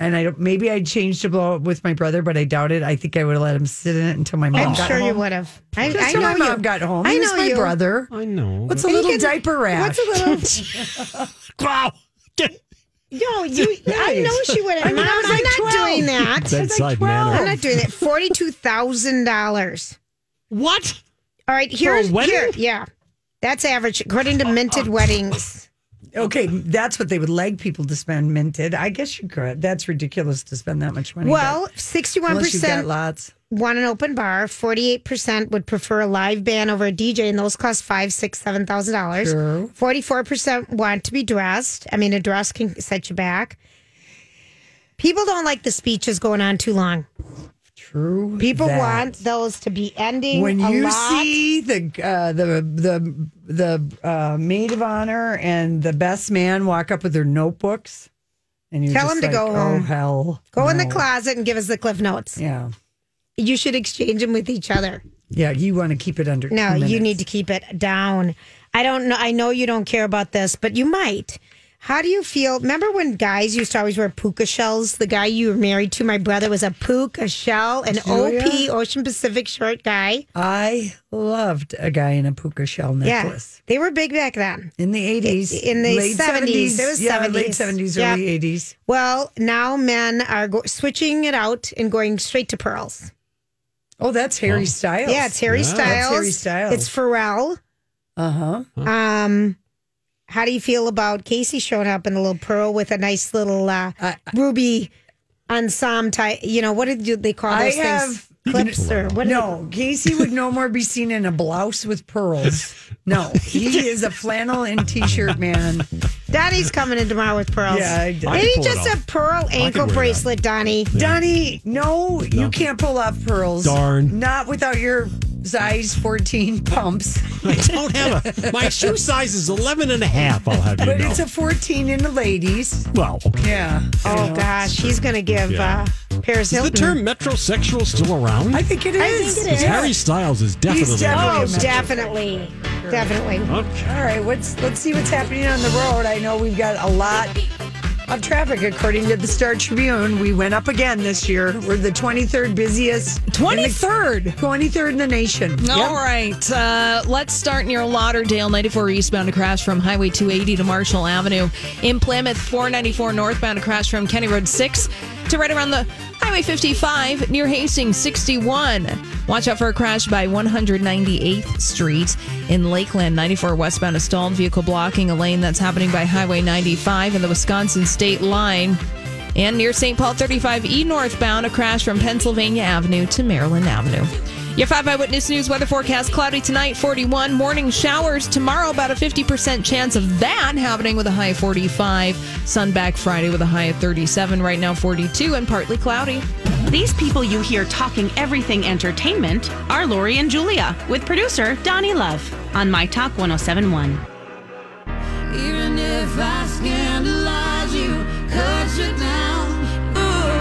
[SPEAKER 2] and I don't. Maybe I changed a blowout with my brother, but I doubt it. I think I would have let him sit in it until my mom
[SPEAKER 3] I'm
[SPEAKER 2] got
[SPEAKER 3] sure
[SPEAKER 2] home.
[SPEAKER 3] you would have. I,
[SPEAKER 2] Just
[SPEAKER 3] I
[SPEAKER 2] till
[SPEAKER 3] know
[SPEAKER 2] my mom
[SPEAKER 3] you.
[SPEAKER 2] got home.
[SPEAKER 3] I
[SPEAKER 2] He was
[SPEAKER 3] know
[SPEAKER 2] my
[SPEAKER 3] you.
[SPEAKER 2] brother.
[SPEAKER 1] I know.
[SPEAKER 2] What's a
[SPEAKER 3] And you
[SPEAKER 2] little
[SPEAKER 3] can-
[SPEAKER 2] diaper rash?
[SPEAKER 3] What's a little?
[SPEAKER 1] wow?
[SPEAKER 3] No, you. I know she would have.
[SPEAKER 2] I mean, I
[SPEAKER 3] Mom,
[SPEAKER 2] was
[SPEAKER 3] I'm
[SPEAKER 2] like 12.
[SPEAKER 3] not doing that.
[SPEAKER 1] Bedside
[SPEAKER 3] I'm
[SPEAKER 1] manner.
[SPEAKER 3] not doing that. Forty-two thousand dollars.
[SPEAKER 1] What?
[SPEAKER 3] All right, here's
[SPEAKER 1] wedding?
[SPEAKER 3] here. Yeah, that's average according
[SPEAKER 2] Oh,
[SPEAKER 3] to minted weddings.
[SPEAKER 2] Okay, that's what they would like people to spend minted. I guess you could. That's ridiculous to spend that much money. but
[SPEAKER 3] Well, sixty-one
[SPEAKER 2] unless you've got
[SPEAKER 3] percent
[SPEAKER 2] lots.
[SPEAKER 3] want an open bar. Forty-eight percent would prefer a live band over a DJ, and those cost five, six, seven thousand dollars.
[SPEAKER 2] Sure.
[SPEAKER 3] Forty-four percent want to be dressed. I mean, a dress can set you back. People don't like the speeches going on too long.
[SPEAKER 2] True.
[SPEAKER 3] People
[SPEAKER 2] that.
[SPEAKER 3] want those to be ending.
[SPEAKER 2] when
[SPEAKER 3] a
[SPEAKER 2] you
[SPEAKER 3] lot.
[SPEAKER 2] see the uh, the the the uh, maid of honor and the best man walk up with their notebooks, and you
[SPEAKER 3] Tell 'em to go
[SPEAKER 2] oh,
[SPEAKER 3] home.
[SPEAKER 2] Hell,
[SPEAKER 3] go in the
[SPEAKER 2] no."
[SPEAKER 3] closet and give us the cliff notes.
[SPEAKER 2] Yeah,
[SPEAKER 3] You should exchange them with each other.
[SPEAKER 2] yeah. You want to keep it under.
[SPEAKER 3] No,
[SPEAKER 2] two
[SPEAKER 3] you
[SPEAKER 2] minutes.
[SPEAKER 3] need to keep it down. I don't know. I know you don't care about this, but you might. How do you feel? Remember when guys used to always wear puka shells? The guy you were married to, my brother, was a puka shell, an
[SPEAKER 2] Julia?
[SPEAKER 3] OP Ocean Pacific short guy.
[SPEAKER 2] I loved a guy in a puka shell necklace.
[SPEAKER 3] Yeah, they were big back then.
[SPEAKER 2] In the eighties,
[SPEAKER 3] In the 70s, it was
[SPEAKER 2] yeah, late
[SPEAKER 3] 70s.
[SPEAKER 2] seventies,
[SPEAKER 3] Yeah.
[SPEAKER 2] early eighties.
[SPEAKER 3] Well, now men are go- switching it out and going straight to pearls.
[SPEAKER 2] Oh, that's Harry Styles.
[SPEAKER 3] Yeah, it's Harry
[SPEAKER 1] Yeah.
[SPEAKER 3] Styles.
[SPEAKER 2] That's Harry Styles.
[SPEAKER 3] It's Pharrell.
[SPEAKER 2] uh huh.
[SPEAKER 3] Um, how do you feel about Casey showing up in a little pearl with a nice little uh,
[SPEAKER 2] I-
[SPEAKER 3] ruby ensemble tie? You know what did you- they call
[SPEAKER 2] I
[SPEAKER 3] those
[SPEAKER 2] have-
[SPEAKER 3] things? Clips or what?
[SPEAKER 2] No, Casey would no more be seen in a blouse with pearls. No, he is a flannel and t-shirt man.
[SPEAKER 3] Donnie's coming in tomorrow with pearls.
[SPEAKER 2] Yeah, I did. I
[SPEAKER 3] maybe
[SPEAKER 1] can pull it
[SPEAKER 3] just a
[SPEAKER 1] off.
[SPEAKER 3] pearl
[SPEAKER 1] can
[SPEAKER 3] ankle
[SPEAKER 1] wear that.
[SPEAKER 3] bracelet, Donnie.
[SPEAKER 2] Donnie, no, you can't pull off pearls.
[SPEAKER 1] Darn.
[SPEAKER 2] Not without your size 14 pumps.
[SPEAKER 1] I don't have a. My shoe size is 11 and a half, I'll have you
[SPEAKER 2] But
[SPEAKER 1] know.
[SPEAKER 2] it's a 14 in the ladies.
[SPEAKER 1] well, okay.
[SPEAKER 2] Yeah.
[SPEAKER 3] Oh gosh, he's gonna give
[SPEAKER 1] Yeah.
[SPEAKER 3] uh, Paris
[SPEAKER 1] Is the
[SPEAKER 3] Hilton.
[SPEAKER 1] term metrosexual still around?
[SPEAKER 2] I think it
[SPEAKER 3] I
[SPEAKER 2] is.
[SPEAKER 3] think it
[SPEAKER 1] Because
[SPEAKER 3] is.
[SPEAKER 1] Harry Styles is definitely.
[SPEAKER 2] definitely
[SPEAKER 3] Oh,
[SPEAKER 2] Imagine.
[SPEAKER 3] definitely, definitely.
[SPEAKER 1] okay.
[SPEAKER 2] All right, what's, let's see what's happening on the road. I know we've got a lot of traffic, according to the Star Tribune. We went up again this year. We're the 23rd busiest.
[SPEAKER 7] 23rd?
[SPEAKER 2] 23rd in the nation.
[SPEAKER 7] All right. Uh, let's start near Lauderdale, 94 eastbound, a crash from Highway 280 to Marshall Avenue. In Plymouth, 494 northbound, a crash from Kenny Road 6 to right around the Highway 55 near Hastings 61. Watch out for a crash by 198th Street in Lakeland, 94 westbound, a stalled vehicle blocking a lane that's happening by Highway 95 and the Wisconsin state line. And near St. Paul 35E northbound, a crash from Pennsylvania Avenue to Maryland Avenue. Your 5 Eyewitness News weather forecast cloudy tonight, 41. Morning showers tomorrow, about a 50% chance of that happening with a high of 45. Sun back Friday with a high of 37. Right now, 42 and partly cloudy.
[SPEAKER 4] These people you hear talking everything entertainment are Lori and Julia with producer Donnie Love on My Talk 1071.
[SPEAKER 8] Even if I scandalize you, cut you down.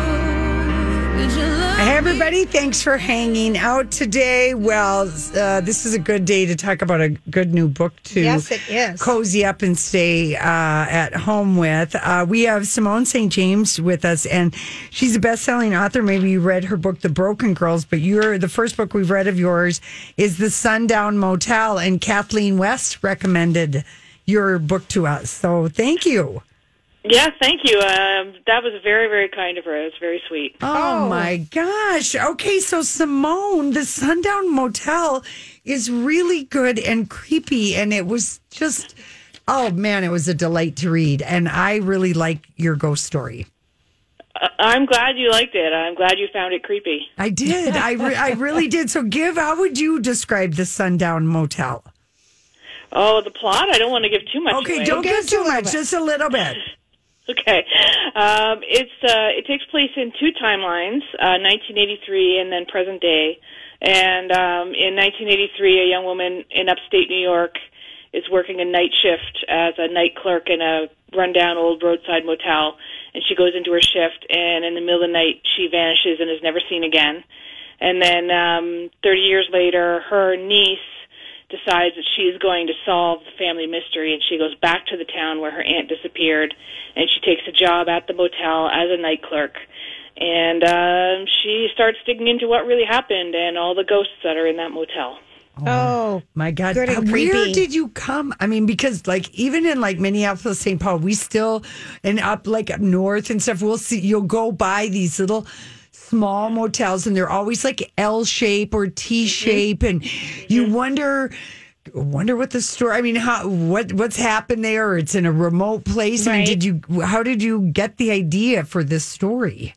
[SPEAKER 8] Ooh, did you love
[SPEAKER 2] Hey, everybody. Thanks for hanging out today. Well, uh, this is a good day to talk about a good new book to
[SPEAKER 3] Yes, it is.
[SPEAKER 2] cozy up and stay uh, at home with. Uh, we have Simone St. James with us, and she's a best selling author. Maybe you read her book, The Broken Girls, but you're, the first book we've read of yours is The Sundown Motel, and Kathleen West recommended your book to us. So thank you.
[SPEAKER 9] Yeah, thank you. Um, that was very, very kind of her. It was very sweet.
[SPEAKER 2] Oh, my gosh. Okay, so Simone, the Sundown Motel is really good and creepy. And it was just, oh man, it was a delight to read. And I really like your ghost story.
[SPEAKER 9] I- I'm glad you liked it. I'm glad you found it creepy.
[SPEAKER 2] I did. I, re- I really did. So, give, how would you describe the Sundown Motel?
[SPEAKER 9] Oh, the plot? I don't want to give too much.
[SPEAKER 2] Okay,
[SPEAKER 9] away.
[SPEAKER 2] don't give too much, just a little bit.
[SPEAKER 9] Okay, um, it's uh, it takes place in two timelines, uh, 1983 and then present day. And um, in 1983, a young woman in upstate New York is working a night shift as a night clerk in a rundown old roadside motel. And she goes into her shift, and in the middle of the night, she vanishes and is never seen again. And then um, 30 years later, her niece decides that she's going to solve the family mystery and she goes back to the town where her aunt disappeared and she takes a job at the motel as a night clerk and um she starts digging into what really happened and all the ghosts that are in that motel
[SPEAKER 2] Oh my God!
[SPEAKER 9] good and
[SPEAKER 2] Uh, Where
[SPEAKER 9] creepy.
[SPEAKER 2] did you come? I mean, because like even in like Minneapolis, St. Paul, we still and up like up north and stuff. We'll see. You'll go by these little small motels, and they're always like L shape or T shape, and you wonder. Wonder what the story. I mean, how what what's happened there? It's in a remote place. I mean, did you? How did you get the idea for this story?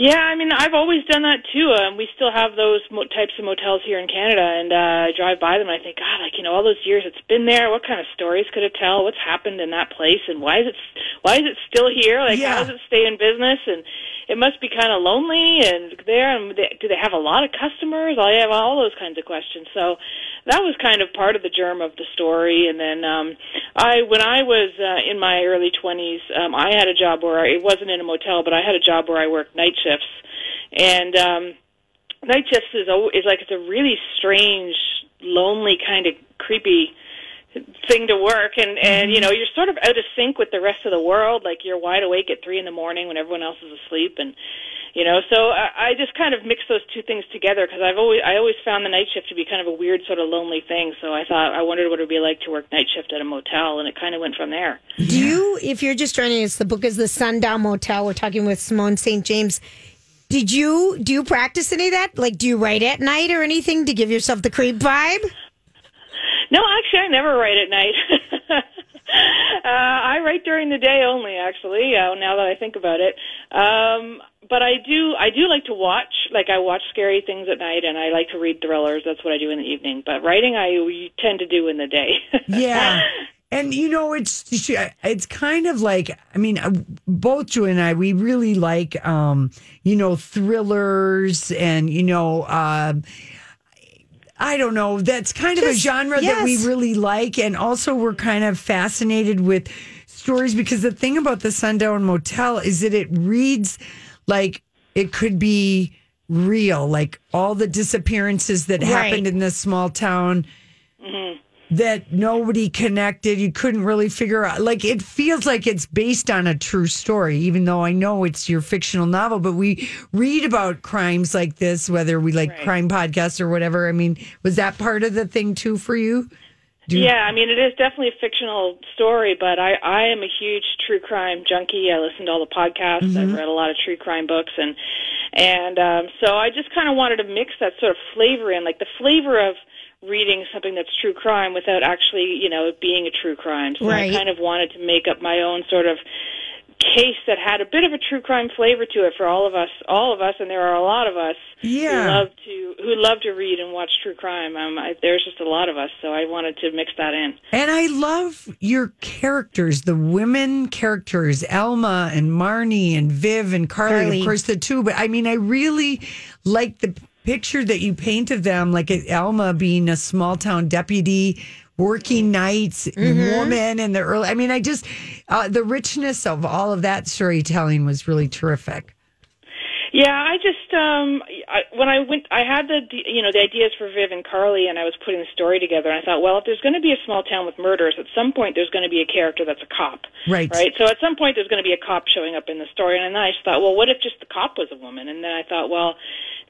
[SPEAKER 9] Yeah, I mean, I've always done that too. Um, we still have those mo- types of motels here in Canada, and uh, I drive by them and I think, God, like you know, all those years it's been there. What kind of stories could it tell? What's happened in that place, and why is it why is it still here? Like,
[SPEAKER 10] Yeah.
[SPEAKER 9] how does it stay in business? And it must be kind of lonely and there. And they, do they have a lot of customers? I have all those kinds of questions. So that was kind of part of the germ of the story. And then um, I, when I was uh, in my early twenties, um, I had a job where I, it wasn't in a motel, but I had a job where I worked night shifts, and um, night shifts is al- is like it's a really strange, lonely kind of creepy thing to work and and you know you're sort of out of sync with the rest of the world like you're wide awake at three in the morning when everyone else is asleep and you know so i, I just kind of mixed those two things together because i've always i always found the night shift to be kind of a weird sort of lonely thing so i thought i wondered what it would be like to work night shift at a motel and it kind of went from there
[SPEAKER 3] Do you, if you're just joining us, the book is The Sundown Motel. We're talking with Simone St. James. Did you do you practice any of that? Like, do you write at night or anything to give yourself the creep vibe?
[SPEAKER 9] no actually i never write at night uh, I write during the day only, actually. Uh, now that I think about it, um, but I do I do like to watch. Like I watch scary things at night, and I like to read thrillers. That's what I do in the evening. But writing, I we tend to do in the day.
[SPEAKER 2] Yeah. And you know, it's it's kind of like I mean, uh, both you and I, we really like um, you know thrillers and you know. Uh, I don't know. That's kind of a
[SPEAKER 11] Just-
[SPEAKER 2] genre that we
[SPEAKER 11] yes.
[SPEAKER 2] really like. And also, we're kind of fascinated with stories because the thing about the Sundown Motel is that it reads like it could be real, like all the disappearances that
[SPEAKER 9] Right.
[SPEAKER 2] happened in this small town
[SPEAKER 9] Mhm.
[SPEAKER 2] that nobody connected. You couldn't really figure out. Like it feels like it's based on a true story, even though I know it's your fictional novel. But we read about crimes like this, whether we like crime podcasts or whatever. I mean, was that part of the thing too for you? Do you-
[SPEAKER 9] yeah, I mean, it is definitely a fictional story, but I, I am a huge true crime junkie. I listen to all the podcasts. I've
[SPEAKER 2] Mm-hmm.
[SPEAKER 10] Mhm.
[SPEAKER 9] read a lot of true crime books, and and um, so I just kind of wanted to mix that sort of flavor in, like the flavor of reading something that's true crime without actually, you know, it being a true crime. So
[SPEAKER 3] Right.
[SPEAKER 9] I kind of wanted to make up my own sort of case that had a bit of a true crime flavor to it for all of us, all of us, and there are a lot of us who
[SPEAKER 2] Yeah.
[SPEAKER 9] love to who love to read and watch true crime. Um, I, there's just a lot of us, so I wanted to mix that in.
[SPEAKER 2] And I love your characters, the women characters, Elma and Marnie and Viv and Carly,
[SPEAKER 3] Carly.
[SPEAKER 2] of course, the two. But I mean, I really like the picture that you paint of them, like Elma being a small town deputy, working nights, woman in the early. I mean, I just, uh, the richness of all of that storytelling was really terrific.
[SPEAKER 9] Yeah, I just um I, when I went, I had the d- you know the ideas for Viv and Carly, and I was putting the story together, and I thought, well, if there's going to be a small town with murders, at some point there's going to be a character that's a cop,
[SPEAKER 2] Right.
[SPEAKER 9] right? So at some point there's going to be a cop showing up in the story, and then I just thought, well, what if just the cop was a woman? And then I thought, well,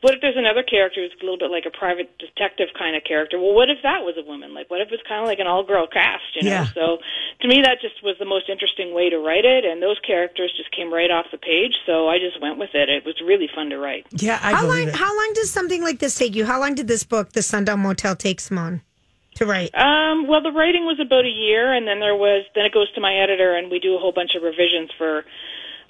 [SPEAKER 9] what if there's another character who's a little bit like a private detective kind of character? Well, what if that was a woman? Like, what if it's kind of like an all-girl cast? You know,
[SPEAKER 11] Yeah.
[SPEAKER 9] so to me that just was the most interesting way to write it, and those characters just came right off the page, so I just went with it. It was really fun to write.
[SPEAKER 2] Yeah, I
[SPEAKER 3] how
[SPEAKER 2] believe
[SPEAKER 3] long?
[SPEAKER 2] it.
[SPEAKER 3] How long does something like this take you? How long did this book, The Sundown Motel, take Simone to write?
[SPEAKER 9] Um, well, the writing was about a year, and then there was then it goes to my editor, and we do a whole bunch of revisions for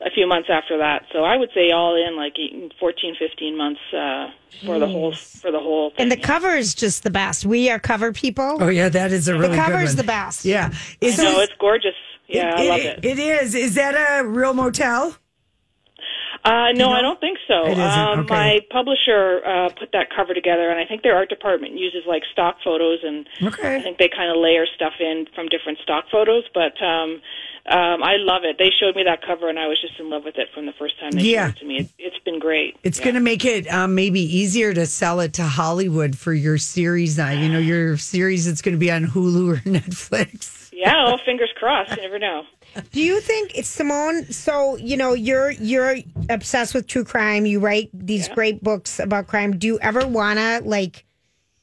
[SPEAKER 9] a few months after that. So I would say all in like 14, 15 months uh, for the whole for the whole.
[SPEAKER 3] And the cover is just the best. We are cover people.
[SPEAKER 2] Oh, yeah, that is a really
[SPEAKER 3] the
[SPEAKER 2] good
[SPEAKER 3] cover is
[SPEAKER 2] one.
[SPEAKER 3] the best.
[SPEAKER 2] Yeah.
[SPEAKER 9] I know it's gorgeous. Yeah, I love it.
[SPEAKER 2] It is. Is that a real motel?
[SPEAKER 9] Uh,
[SPEAKER 2] You know?
[SPEAKER 9] no, I don't think so.
[SPEAKER 2] It isn't,
[SPEAKER 9] Um,
[SPEAKER 2] okay.
[SPEAKER 9] My publisher uh, put that cover together, and I think their art department uses like stock photos, and
[SPEAKER 2] Okay.
[SPEAKER 9] I think they kind of layer stuff in from different stock photos. But um, um, I love it. They showed me that cover, and I was just in love with it from the first time they
[SPEAKER 2] Yeah.
[SPEAKER 9] showed it to me. It, it's been great.
[SPEAKER 2] It's going to make it um, maybe easier to sell it to Hollywood for your series now. You know, your series that's going to be on Hulu or Netflix.
[SPEAKER 9] Yeah, well, fingers crossed. You never know.
[SPEAKER 3] Do you think it's Simone? So you know you're you're obsessed with true crime. You write these great books about crime. Do you ever wanna like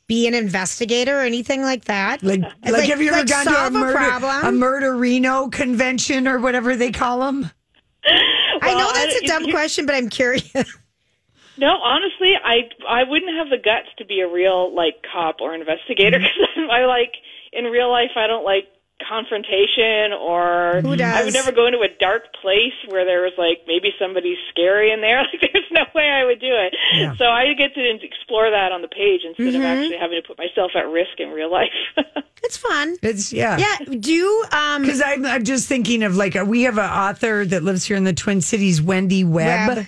[SPEAKER 3] be an investigator or anything like that?
[SPEAKER 2] Like, like, have you ever
[SPEAKER 3] like
[SPEAKER 2] gone to a
[SPEAKER 3] solve
[SPEAKER 2] murder, a
[SPEAKER 3] problem?
[SPEAKER 2] murderino convention or whatever they call them?
[SPEAKER 3] I know
[SPEAKER 9] Well,
[SPEAKER 3] that's a
[SPEAKER 9] I-
[SPEAKER 3] dumb
[SPEAKER 9] you-
[SPEAKER 3] question, but I'm curious.
[SPEAKER 9] No, honestly, I I wouldn't have the guts to be a real like cop or investigator because I like in real life I don't like confrontation or
[SPEAKER 3] Who
[SPEAKER 9] I
[SPEAKER 3] does?
[SPEAKER 9] would never go into a dark place where there was like maybe somebody scary in there. Like there's no way I would do it. So I get to explore that on the page instead of
[SPEAKER 3] Mhm.
[SPEAKER 9] actually having to put myself at risk in real life.
[SPEAKER 3] It's fun.
[SPEAKER 2] It's yeah.
[SPEAKER 3] Yeah. Do you um
[SPEAKER 2] Because I'm, I'm just thinking of like, we have an author that lives here in the Twin Cities, Wendy Webb.
[SPEAKER 3] Webb.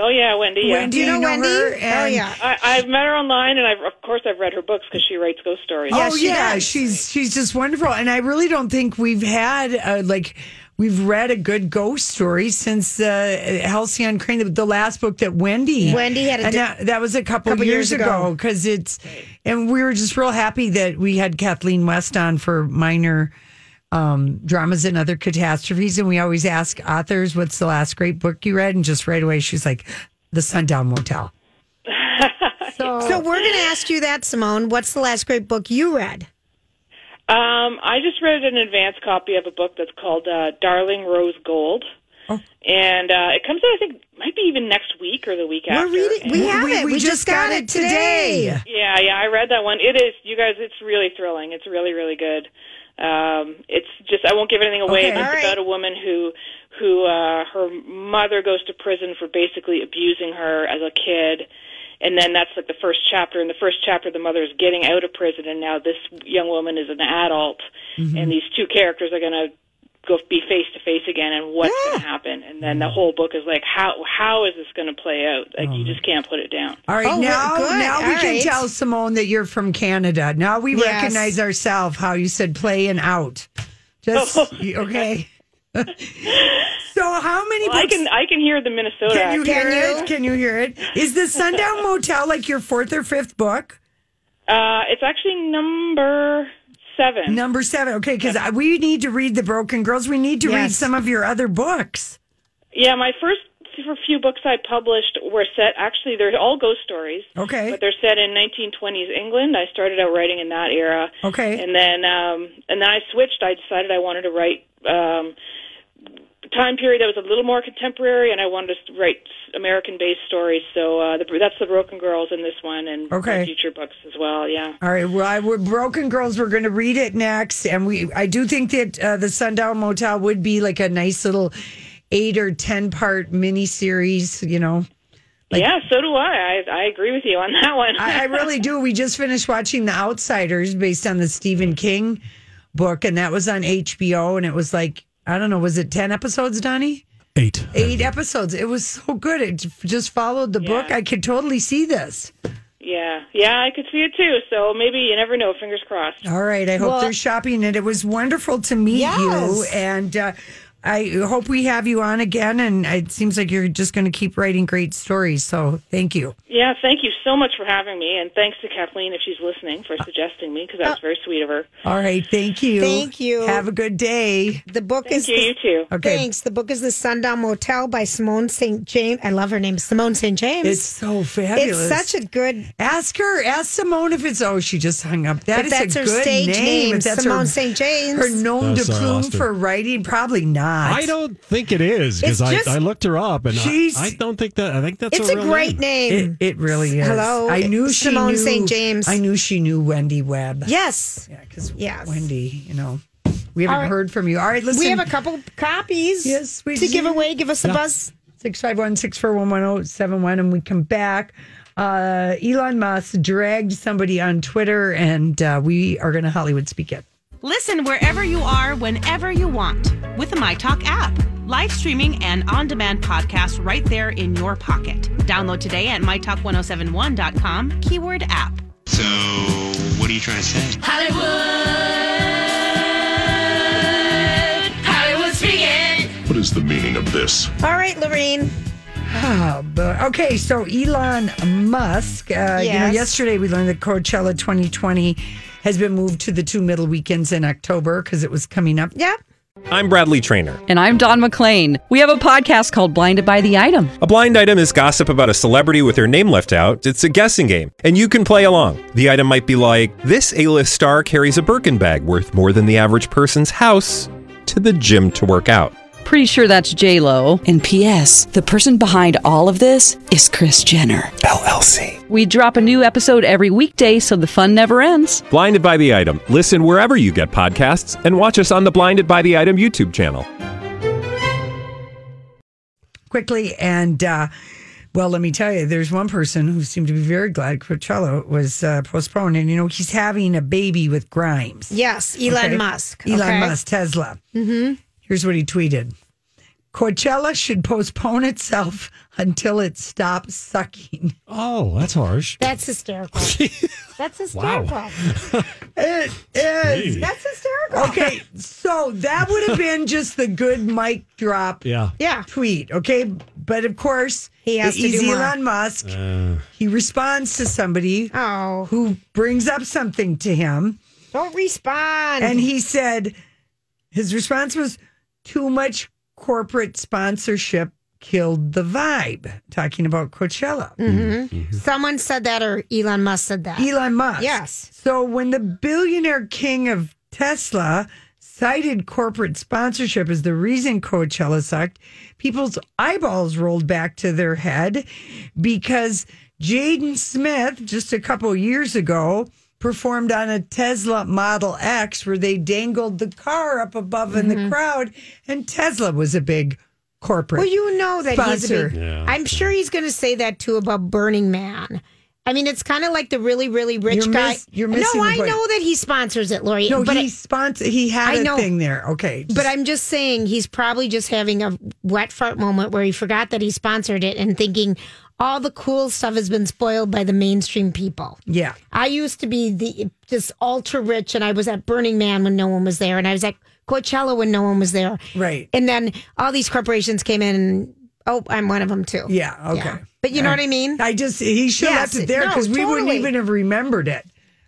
[SPEAKER 9] oh yeah, Wendy. Yeah.
[SPEAKER 2] Wendy, Oh, you know her? And-
[SPEAKER 9] I, I've met her online, and I've of course I've read her books because she writes ghost stories.
[SPEAKER 2] oh yeah, she's she's just wonderful, and I really don't think we've had uh, like we've read a good ghost story since uh, Halcyon Crane, the, the last book that Wendy
[SPEAKER 3] Wendy had a
[SPEAKER 2] and
[SPEAKER 3] di-
[SPEAKER 2] that, that was a couple,
[SPEAKER 3] couple
[SPEAKER 2] years,
[SPEAKER 3] years
[SPEAKER 2] ago
[SPEAKER 3] ago.
[SPEAKER 2] because it's and we were just real happy that we had Kathleen West on for minor. Um, dramas and other catastrophes, and we always ask authors, "What's the last great book you read?" And just right away, she's like, "The Sundown Motel."
[SPEAKER 3] So, we're gonna ask you that, Simone. What's the last great book you read?
[SPEAKER 9] Um, I just read an advanced copy of a book that's called uh, Darling Rose Gold.
[SPEAKER 3] Oh.
[SPEAKER 9] And uh, it comes out, I think, might be even next week or the week
[SPEAKER 3] We're
[SPEAKER 9] after.
[SPEAKER 3] reading- we
[SPEAKER 9] And-
[SPEAKER 3] have We- it. we We just just got got it it today. today.
[SPEAKER 9] Yeah, yeah, I read that one. It is, you guys, it's really thrilling. It's really, really good. Um, it's just, I won't give anything away,
[SPEAKER 3] Okay.
[SPEAKER 9] but
[SPEAKER 3] All
[SPEAKER 9] it's
[SPEAKER 3] right.
[SPEAKER 9] about a woman who, who uh, her mother goes to prison for basically abusing her as a kid and then that's like the first chapter. In the first chapter, the mother is getting out of prison, and now this young woman is an adult,
[SPEAKER 3] Mm-hmm.
[SPEAKER 9] and these two characters are going to go be face to face again, and what's going to happen? And then the whole book is like, how how is this going to play out? Like
[SPEAKER 3] Oh.
[SPEAKER 9] you just can't put it down.
[SPEAKER 2] All right, now now we
[SPEAKER 3] All
[SPEAKER 2] can
[SPEAKER 3] right.
[SPEAKER 2] tell Simone that you're from Canada. Now we
[SPEAKER 3] Yes.
[SPEAKER 2] recognize ourselves how you said play and out. Just okay. so how many
[SPEAKER 9] Well, I
[SPEAKER 2] books-
[SPEAKER 9] can I can hear the Minnesota.
[SPEAKER 2] Can you
[SPEAKER 9] accent.
[SPEAKER 2] hear it? Can you hear it? Is the Sundown Motel like your fourth or fifth book?
[SPEAKER 9] Uh, it's actually number seven.
[SPEAKER 2] Number seven. Okay, because we need to read The Broken Girls. We need to read
[SPEAKER 9] Yes.
[SPEAKER 2] some of your other books.
[SPEAKER 9] Yeah, my first few books I published were set. Actually, they're all ghost stories.
[SPEAKER 2] Okay.
[SPEAKER 9] but they're set in 1920s England. I started out writing in that era.
[SPEAKER 2] Okay.
[SPEAKER 9] and then um, and then I switched. I decided I wanted to write um, time period that was a little more contemporary, and I wanted to write American-based stories. So uh, the, that's the Broken Girls in this one, and my
[SPEAKER 2] Okay.
[SPEAKER 9] future books as well. Yeah.
[SPEAKER 2] All right. Well, I, we're Broken Girls. We're going to read it next, and we. I do think that uh, the Sundown Motel would be like a nice little eight or ten part mini series. You know.
[SPEAKER 9] yeah, so do I. I. I agree with you on that one.
[SPEAKER 2] I, I really do. We just finished watching The Outsiders based on the Stephen King book, and that was on HBO. And it was like, I don't know, was it 10 episodes, Donnie?
[SPEAKER 1] Eight.
[SPEAKER 2] Eight episodes. It was so good. It j- just followed the book. I could totally see this.
[SPEAKER 9] Yeah, yeah, I could see it too. So maybe you never know. Fingers crossed.
[SPEAKER 2] All right. I hope
[SPEAKER 9] Well-
[SPEAKER 2] they're shopping it. It was wonderful to meet you.
[SPEAKER 9] Yes.
[SPEAKER 2] And, uh, I hope we have you on again, and it seems like you're just going to keep writing great stories. So, thank you.
[SPEAKER 9] Yeah, thank you so much for having me, and thanks to Kathleen if she's listening for suggesting me because that was very sweet of her.
[SPEAKER 2] All right, thank you.
[SPEAKER 3] Thank you.
[SPEAKER 2] Have a good day.
[SPEAKER 3] The book
[SPEAKER 9] Thank
[SPEAKER 3] is
[SPEAKER 9] you, you too.
[SPEAKER 2] Okay.
[SPEAKER 3] Thanks. The book is The Sundown Motel by Simone St. James. I love her name, Simone St. James.
[SPEAKER 2] It's so fabulous.
[SPEAKER 3] It's such a good.
[SPEAKER 2] Ask her. Ask Simone if it's. Oh, she just hung up. That
[SPEAKER 3] If
[SPEAKER 2] is
[SPEAKER 3] that's
[SPEAKER 2] a
[SPEAKER 3] her
[SPEAKER 2] good
[SPEAKER 3] stage
[SPEAKER 2] name.
[SPEAKER 3] name,
[SPEAKER 2] If that's her-
[SPEAKER 3] Simone St. James.
[SPEAKER 2] Her nom
[SPEAKER 1] Oh,
[SPEAKER 2] de
[SPEAKER 1] sorry,
[SPEAKER 2] plume
[SPEAKER 1] Austin.
[SPEAKER 2] for writing, probably not.
[SPEAKER 1] I don't think it is because
[SPEAKER 2] It's
[SPEAKER 1] I,
[SPEAKER 2] just-
[SPEAKER 1] I looked her up and I,
[SPEAKER 2] She's-
[SPEAKER 1] I don't think that I think that's
[SPEAKER 3] It's
[SPEAKER 1] a,
[SPEAKER 3] a
[SPEAKER 1] real
[SPEAKER 3] great name.
[SPEAKER 2] It, it really is.
[SPEAKER 3] Hello,
[SPEAKER 2] I knew she
[SPEAKER 3] Simone
[SPEAKER 2] knew
[SPEAKER 3] St. James.
[SPEAKER 2] I knew she knew Wendy Webb.
[SPEAKER 3] Yes.
[SPEAKER 2] Yeah, because
[SPEAKER 3] Yes.
[SPEAKER 2] Wendy, you know, we haven't
[SPEAKER 3] All right.
[SPEAKER 2] heard from you. All right, listen.
[SPEAKER 3] we have a couple copies.
[SPEAKER 2] Yes, we
[SPEAKER 3] to give
[SPEAKER 2] do.
[SPEAKER 3] away. Give us a
[SPEAKER 2] Yeah.
[SPEAKER 3] buzz.
[SPEAKER 2] Six five one six four one one zero seven one, and we come back. Uh, Elon Musk dragged somebody on Twitter, and uh, we are going to Hollywood speak it.
[SPEAKER 4] Listen wherever you are, whenever you want, with the MyTalk app. Live streaming and on demand podcasts right there in your pocket. Download today at mytalk1071.com, keyword app.
[SPEAKER 10] So, what are you trying to say?
[SPEAKER 8] Hollywood. Hollywood speaking.
[SPEAKER 11] What is the meaning of this?
[SPEAKER 3] All right, Lorraine.
[SPEAKER 2] Oh, but, okay, so Elon Musk. Uh, You know,
[SPEAKER 3] Yes.
[SPEAKER 2] yesterday we learned that Coachella 2020 has been moved to the two middle weekends in October because it was coming up.
[SPEAKER 3] Yep.
[SPEAKER 12] I'm Bradley Trainer.
[SPEAKER 13] And I'm Don McClain. We have a podcast called Blinded by the Item.
[SPEAKER 12] A blind item is gossip about a celebrity with their name left out. It's a guessing game, and you can play along. The item might be like this: A-list star carries a Birkin bag worth more than the average person's house to the gym to work out.
[SPEAKER 13] Pretty sure that's J Lo. And P.S. The person behind all of this is Chris Jenner LLC. We drop a new episode every weekday, so the fun never ends.
[SPEAKER 12] Blinded by the item. Listen wherever you get podcasts, and watch us on the Blinded by the Item YouTube channel.
[SPEAKER 2] quickly. And uh, well, let me tell you, there's one person who seemed to be very glad Coachella was uh, postponed. And you know, he's having a baby with Grimes.
[SPEAKER 3] Yes, Elon
[SPEAKER 2] Okay?
[SPEAKER 3] Musk.
[SPEAKER 2] Elon
[SPEAKER 3] okay?
[SPEAKER 2] Musk, Tesla.
[SPEAKER 3] Mm-hmm.
[SPEAKER 2] Here's what he tweeted Coachella should postpone itself until it stops sucking.
[SPEAKER 1] Oh, that's harsh.
[SPEAKER 3] That's hysterical. That's hysterical.
[SPEAKER 1] Wow.
[SPEAKER 2] It is.
[SPEAKER 1] Gee.
[SPEAKER 3] That's hysterical.
[SPEAKER 2] Okay, so that would have been just the good mic drop
[SPEAKER 1] Yeah.
[SPEAKER 3] yeah.
[SPEAKER 2] tweet, okay? But of course,
[SPEAKER 3] He has to
[SPEAKER 2] he's
[SPEAKER 3] do more.
[SPEAKER 2] Elon Musk.
[SPEAKER 1] Uh,
[SPEAKER 2] He responds to somebody who brings up something to him.
[SPEAKER 3] Oh, Don't respond.
[SPEAKER 2] And he said, his response was, too much corporate sponsorship killed the vibe, talking about Coachella.
[SPEAKER 3] Mhm. Someone said that, or Elon Musk said that.
[SPEAKER 2] Elon Musk.
[SPEAKER 3] Yes.
[SPEAKER 2] So when the billionaire king of Tesla cited corporate sponsorship as the reason Coachella sucked, people's eyeballs rolled back to their head because Jaden Smith, just a couple years ago, performed on a Tesla Model X where they dangled the car up above in the crowd, and Tesla was a big corporate.
[SPEAKER 3] Mm-hmm. Well, you know that he's a
[SPEAKER 2] sponsor.
[SPEAKER 3] big. I'm sure he's going to say that too about Burning Man. I mean, it's kind of like the really, really rich
[SPEAKER 2] You're
[SPEAKER 3] guy.
[SPEAKER 2] miss- you're missing
[SPEAKER 3] no,
[SPEAKER 2] the
[SPEAKER 3] I
[SPEAKER 2] point.
[SPEAKER 3] know that he sponsors it, Lori.
[SPEAKER 2] No,
[SPEAKER 3] but
[SPEAKER 2] he
[SPEAKER 3] I-
[SPEAKER 2] sponsor. He had
[SPEAKER 3] I
[SPEAKER 2] a
[SPEAKER 3] know.
[SPEAKER 2] thing there. Okay,
[SPEAKER 3] But I'm just saying he's probably just having a wet fart moment where he forgot that he sponsored it and thinking all the cool stuff has been spoiled by the mainstream people.
[SPEAKER 2] yeah.
[SPEAKER 3] I used to be the just ultra rich, and I was at Burning Man when no one was there, and I was at Coachella when no one was there.
[SPEAKER 2] Right.
[SPEAKER 3] And then all these corporations came in, and oh, I'm one of them too.
[SPEAKER 2] Yeah. Okay.
[SPEAKER 3] But you know what I mean?
[SPEAKER 2] I just he should have
[SPEAKER 3] Yes,
[SPEAKER 2] left it there
[SPEAKER 3] no,
[SPEAKER 2] because we wouldn't
[SPEAKER 3] totally.
[SPEAKER 2] even have remembered it.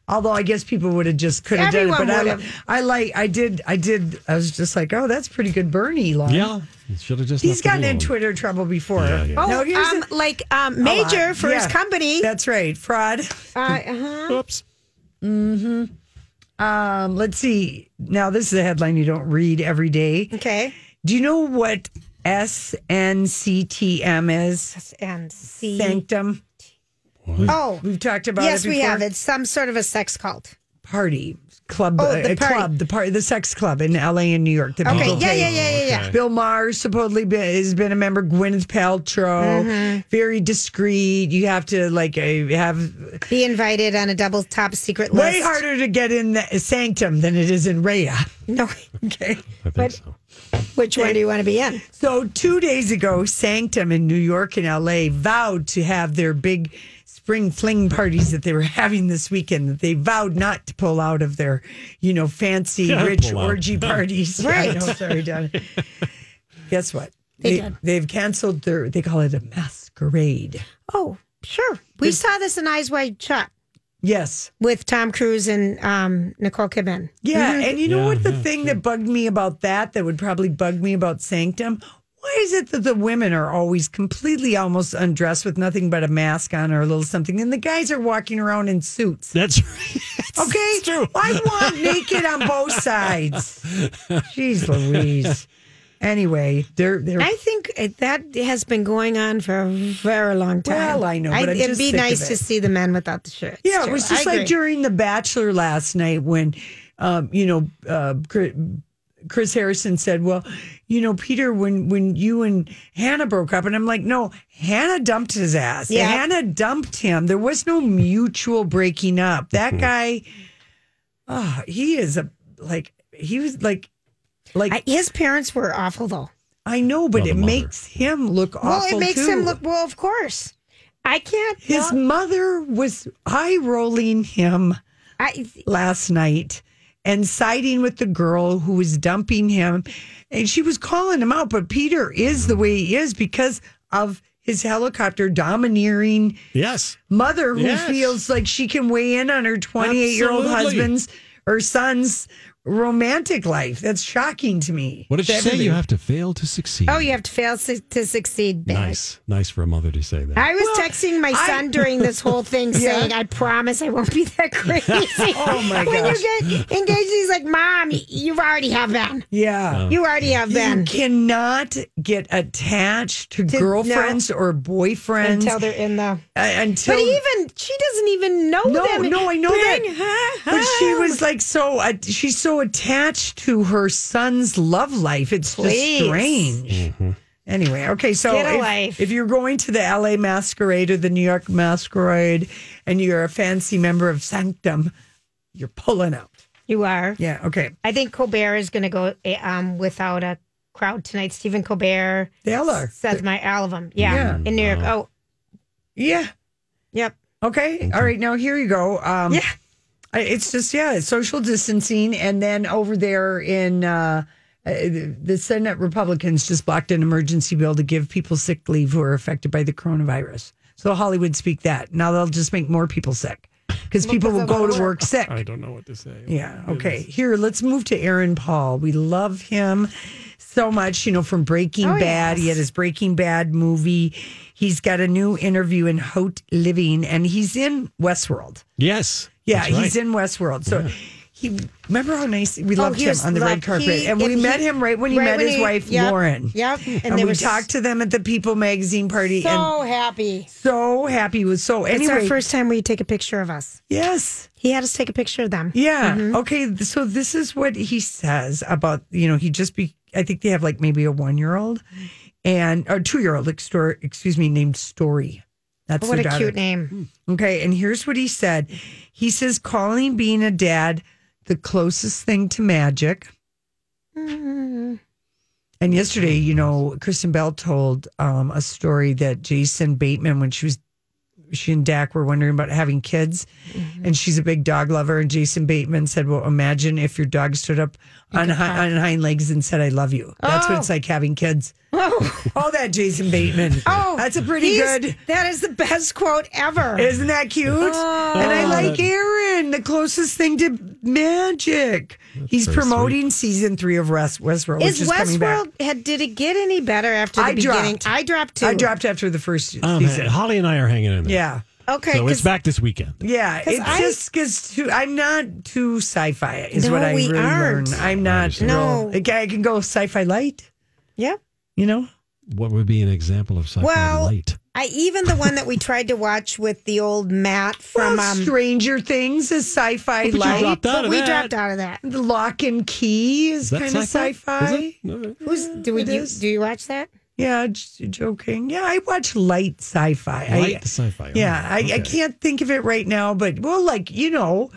[SPEAKER 2] Although I guess people would have just could have done it,
[SPEAKER 3] Everyone
[SPEAKER 2] but I,
[SPEAKER 3] would've.
[SPEAKER 2] li- I like I did I did I was just like, oh, that's pretty good, Bernie. Long.
[SPEAKER 1] Yeah, should have just.
[SPEAKER 2] he's
[SPEAKER 1] left it
[SPEAKER 2] gotten in
[SPEAKER 1] alone.
[SPEAKER 2] Twitter trouble before.
[SPEAKER 1] Yeah, yeah.
[SPEAKER 3] Oh,
[SPEAKER 2] No, here's
[SPEAKER 3] um,
[SPEAKER 2] the-
[SPEAKER 3] like um, major
[SPEAKER 2] lot.
[SPEAKER 3] for his
[SPEAKER 2] Yeah.
[SPEAKER 3] company.
[SPEAKER 2] That's right, fraud.
[SPEAKER 3] Uh, uh-huh.
[SPEAKER 1] Oops.
[SPEAKER 2] hmm Um, let's see. Now this is a headline you don't read every day.
[SPEAKER 3] Okay.
[SPEAKER 2] Do you know what SNCTM is?
[SPEAKER 3] And see.
[SPEAKER 2] Sanctum.
[SPEAKER 3] Oh,
[SPEAKER 2] we've talked about
[SPEAKER 3] yes,
[SPEAKER 2] it
[SPEAKER 3] we
[SPEAKER 2] before.
[SPEAKER 3] have. It's some sort of a sex cult.
[SPEAKER 2] party club,
[SPEAKER 3] Oh,
[SPEAKER 2] uh,
[SPEAKER 3] the
[SPEAKER 2] a
[SPEAKER 3] party.
[SPEAKER 2] club, the party, the sex club in L.A. and New York. that
[SPEAKER 3] Okay,
[SPEAKER 2] people
[SPEAKER 3] yeah,
[SPEAKER 2] pay.
[SPEAKER 3] yeah, yeah, yeah, yeah. Okay.
[SPEAKER 2] Bill Maher supposedly been, has been a member. Gwyneth Paltrow,
[SPEAKER 3] Mm-hmm.
[SPEAKER 2] very discreet. You have to like uh, have
[SPEAKER 3] Be invited on a double top secret list.
[SPEAKER 2] way harder to get in the sanctum than it is in Raya.
[SPEAKER 3] No,
[SPEAKER 2] okay.
[SPEAKER 1] I think so.
[SPEAKER 3] Which one do you want to be in?
[SPEAKER 2] So two days ago, Sanctum in New York and LA vowed to have their big spring fling parties that they were having this weekend. That they vowed not to pull out of their, you know, fancy
[SPEAKER 1] Yeah,
[SPEAKER 2] rich
[SPEAKER 1] pull out.
[SPEAKER 2] orgy parties. Yeah, I
[SPEAKER 3] Right.
[SPEAKER 2] know, sorry, Donna. Guess what?
[SPEAKER 3] They did.
[SPEAKER 2] They've canceled their. They call it a masquerade.
[SPEAKER 3] Oh, sure. We saw this in Eyes Wide Shut
[SPEAKER 2] Yes.
[SPEAKER 3] with Tom Cruise and um, Nicole Kidman.
[SPEAKER 2] Yeah, and you know
[SPEAKER 1] Yeah,
[SPEAKER 2] what? The
[SPEAKER 1] yeah,
[SPEAKER 2] thing that bugged me about that, that would probably bug me about Sanctum, why is it that the women are always completely almost undressed with nothing but a mask on or a little something, and the guys are walking around in suits?
[SPEAKER 1] That's right.
[SPEAKER 2] Okay,
[SPEAKER 1] true.
[SPEAKER 2] I want naked on both sides. Jeez, Louise. Anyway, they're they're.
[SPEAKER 3] I think it- that has been going on for a very long time.
[SPEAKER 2] Well, I know, but I'm
[SPEAKER 3] it'd
[SPEAKER 2] just
[SPEAKER 3] be
[SPEAKER 2] sick of
[SPEAKER 3] nice
[SPEAKER 2] it.
[SPEAKER 3] to see the men without the shirts.
[SPEAKER 2] Yeah, it
[SPEAKER 3] too.
[SPEAKER 2] was
[SPEAKER 3] I
[SPEAKER 2] just like
[SPEAKER 3] agree.
[SPEAKER 2] during The Bachelor last night when, um, you know, uh, Chris, Chris Harrison said, "Well, you know, Peter, when when you and Hannah broke up," and I'm like, "No, Hannah dumped his ass.
[SPEAKER 3] Yeah.
[SPEAKER 2] Hannah dumped him. There was no mutual breaking up. That
[SPEAKER 3] Mm-hmm.
[SPEAKER 2] guy, oh, he is a like he was like." Like
[SPEAKER 3] I- his parents were awful, though.
[SPEAKER 2] I know, but
[SPEAKER 1] Oh, the
[SPEAKER 2] it
[SPEAKER 1] mother.
[SPEAKER 2] makes him look awful.
[SPEAKER 3] well, it makes
[SPEAKER 2] too.
[SPEAKER 3] him look. Well, of course, I can't.
[SPEAKER 2] His
[SPEAKER 3] well,
[SPEAKER 2] mother was eye rolling him.
[SPEAKER 3] I,
[SPEAKER 2] last night and siding with the girl who was dumping him. And she was calling him out, but Peter is the way he is because of his helicopter domineering
[SPEAKER 1] Yes.
[SPEAKER 2] mother who
[SPEAKER 1] Yes.
[SPEAKER 2] feels like she can weigh in on her 28 year old
[SPEAKER 1] Absolutely.
[SPEAKER 2] husband's or son's romantic life. That's shocking to me.
[SPEAKER 1] What did she say?
[SPEAKER 2] Everything.
[SPEAKER 1] You have to fail to succeed.
[SPEAKER 3] oh, you have to fail su- to succeed. Bad.
[SPEAKER 1] Nice, nice for a mother to say that.
[SPEAKER 3] I was texting my
[SPEAKER 2] I-
[SPEAKER 3] son during this whole thing
[SPEAKER 2] Yeah.
[SPEAKER 3] saying, I promise I won't be that crazy.
[SPEAKER 2] Oh, my
[SPEAKER 3] when
[SPEAKER 2] gosh.
[SPEAKER 3] you get engaged, he's like, Mom, you've already have been.
[SPEAKER 2] Yeah.
[SPEAKER 1] Oh.
[SPEAKER 3] You already have
[SPEAKER 2] You
[SPEAKER 3] been.
[SPEAKER 2] cannot get attached to,
[SPEAKER 3] To- no.
[SPEAKER 2] girlfriends or boyfriends
[SPEAKER 3] Until they're in the.
[SPEAKER 2] uh, until
[SPEAKER 3] But even, she doesn't even know
[SPEAKER 2] No,
[SPEAKER 3] them.
[SPEAKER 2] no, I know
[SPEAKER 3] Bring
[SPEAKER 2] that.
[SPEAKER 3] her
[SPEAKER 2] But she
[SPEAKER 3] home.
[SPEAKER 2] was like so. Uh, she's so attached to her son's love life. It's
[SPEAKER 3] Please.
[SPEAKER 2] just strange. Anyway, okay, so
[SPEAKER 3] Get a
[SPEAKER 2] if,
[SPEAKER 3] life.
[SPEAKER 2] if you're going to the LA Masquerade or the New York Masquerade, and you're a fancy member of Sanctum, you're pulling out.
[SPEAKER 3] You are.
[SPEAKER 2] Yeah. Okay.
[SPEAKER 3] I think Colbert is going to go eh, um, without a crowd tonight. Stephen Colbert.
[SPEAKER 2] They all are.
[SPEAKER 3] Seth, my, all of them. Yeah.
[SPEAKER 2] Yeah.
[SPEAKER 3] In New York. Oh,
[SPEAKER 2] Yeah.
[SPEAKER 3] yep.
[SPEAKER 2] Okay. All right. Now here you go. Um,
[SPEAKER 3] Yeah.
[SPEAKER 2] I- It's just yeah, it's social distancing, and then over there in uh, uh, the Senate, Republicans just blocked an emergency bill to give people sick leave who are affected by the coronavirus. So Hollywood speak that now they'll just make more people sick because people will go to work sick.
[SPEAKER 1] I don't know what to say.
[SPEAKER 2] Yeah. Okay. Here, let's move to Aaron Paul. We love him so much, you know, from Breaking
[SPEAKER 3] Oh,
[SPEAKER 2] Bad. He had his Breaking Bad movie. He's got a new interview in Haute Living, and he's in Westworld.
[SPEAKER 1] Yes.
[SPEAKER 2] Yeah,
[SPEAKER 1] that's right.
[SPEAKER 2] he's in Westworld. So he remember how nice we
[SPEAKER 3] Oh,
[SPEAKER 2] loved
[SPEAKER 3] he
[SPEAKER 2] him
[SPEAKER 3] was
[SPEAKER 2] on the red
[SPEAKER 3] loved.
[SPEAKER 2] carpet,
[SPEAKER 3] He-
[SPEAKER 2] and we
[SPEAKER 3] and
[SPEAKER 2] met
[SPEAKER 3] he-
[SPEAKER 2] him right when he
[SPEAKER 3] right
[SPEAKER 2] met
[SPEAKER 3] when
[SPEAKER 2] his
[SPEAKER 3] he-
[SPEAKER 2] wife
[SPEAKER 3] yep,
[SPEAKER 2] Lauren.
[SPEAKER 3] yep. And
[SPEAKER 2] and,
[SPEAKER 3] they
[SPEAKER 2] we
[SPEAKER 3] were s-
[SPEAKER 2] talked to them at the People Magazine party,
[SPEAKER 3] So
[SPEAKER 2] and
[SPEAKER 3] happy.
[SPEAKER 2] so happy was so. Anyway,
[SPEAKER 3] It's our first time where you take a picture of us.
[SPEAKER 2] yes,
[SPEAKER 3] He had us take a picture of them.
[SPEAKER 2] yeah, okay. th- So this is what he says about you know he just be. I think they have like maybe a one year old and or two year old. Excuse me, named Story. That's
[SPEAKER 3] what
[SPEAKER 2] their
[SPEAKER 3] a
[SPEAKER 2] daughter.
[SPEAKER 3] cute
[SPEAKER 2] Hmm.
[SPEAKER 3] name.
[SPEAKER 2] Okay, and here's what he said. He says calling being a dad the closest thing to magic. And yesterday, you know, Kristen Bell told um, a story that Jason Bateman, when she was she and Dak were wondering about having kids,
[SPEAKER 3] Mm-hmm.
[SPEAKER 2] and she's a big dog lover. And Jason Bateman said, "Well, imagine if your dog stood up on hi- on hind legs and said, I love you.' That's what it's like having kids."
[SPEAKER 3] Oh,
[SPEAKER 2] oh, that Jason Bateman.
[SPEAKER 3] Oh,
[SPEAKER 2] that's a pretty
[SPEAKER 3] he's-
[SPEAKER 2] good.
[SPEAKER 3] That is the best quote ever.
[SPEAKER 2] Isn't that cute?
[SPEAKER 3] Oh.
[SPEAKER 2] And I
[SPEAKER 3] Oh,
[SPEAKER 2] like
[SPEAKER 3] that-
[SPEAKER 2] Aaron, the closest thing to magic. He's
[SPEAKER 3] very
[SPEAKER 2] promoting season three of West, Westworld.
[SPEAKER 3] Is
[SPEAKER 2] which is coming back.
[SPEAKER 3] Westworld had, did it get any better after the
[SPEAKER 2] I
[SPEAKER 3] beginning?
[SPEAKER 2] dropped.
[SPEAKER 3] I dropped too.
[SPEAKER 2] I dropped after the first
[SPEAKER 3] Oh,
[SPEAKER 1] Um,
[SPEAKER 2] season.
[SPEAKER 1] Holly and I are hanging in there.
[SPEAKER 2] Yeah.
[SPEAKER 3] Okay,
[SPEAKER 1] So it's
[SPEAKER 3] 'cause-
[SPEAKER 1] back this weekend.
[SPEAKER 2] Yeah,
[SPEAKER 3] 'Cause
[SPEAKER 2] it
[SPEAKER 3] I-
[SPEAKER 2] just gets too. I'm not too sci-fi, is
[SPEAKER 3] No,
[SPEAKER 2] what I
[SPEAKER 3] we
[SPEAKER 2] really
[SPEAKER 3] aren't.
[SPEAKER 2] learned. I'm not.
[SPEAKER 3] No.
[SPEAKER 2] real- I can go sci-fi light.
[SPEAKER 3] Yeah.
[SPEAKER 2] You know.
[SPEAKER 1] What would be an example of sci-fi
[SPEAKER 3] Well,
[SPEAKER 1] light?
[SPEAKER 3] I even the one that we tried to watch with the old Matt from
[SPEAKER 2] Well,
[SPEAKER 3] um,
[SPEAKER 2] Stranger Things is sci-fi
[SPEAKER 3] But you
[SPEAKER 2] light.
[SPEAKER 3] dropped out But of we that. dropped out of that.
[SPEAKER 2] The Lock and Key is,
[SPEAKER 3] Is that
[SPEAKER 2] kind of
[SPEAKER 3] sci-fi?
[SPEAKER 2] sci-fi.
[SPEAKER 3] Is it? Who's do we
[SPEAKER 2] it
[SPEAKER 3] do,
[SPEAKER 2] is.
[SPEAKER 3] do you watch that?
[SPEAKER 2] Yeah, j- joking. Yeah, I watch light sci-fi.
[SPEAKER 1] Light
[SPEAKER 2] I,
[SPEAKER 1] sci-fi.
[SPEAKER 2] Yeah,
[SPEAKER 1] Oh,
[SPEAKER 2] I, I
[SPEAKER 1] okay.
[SPEAKER 2] can't think of it right now, but well, like you know,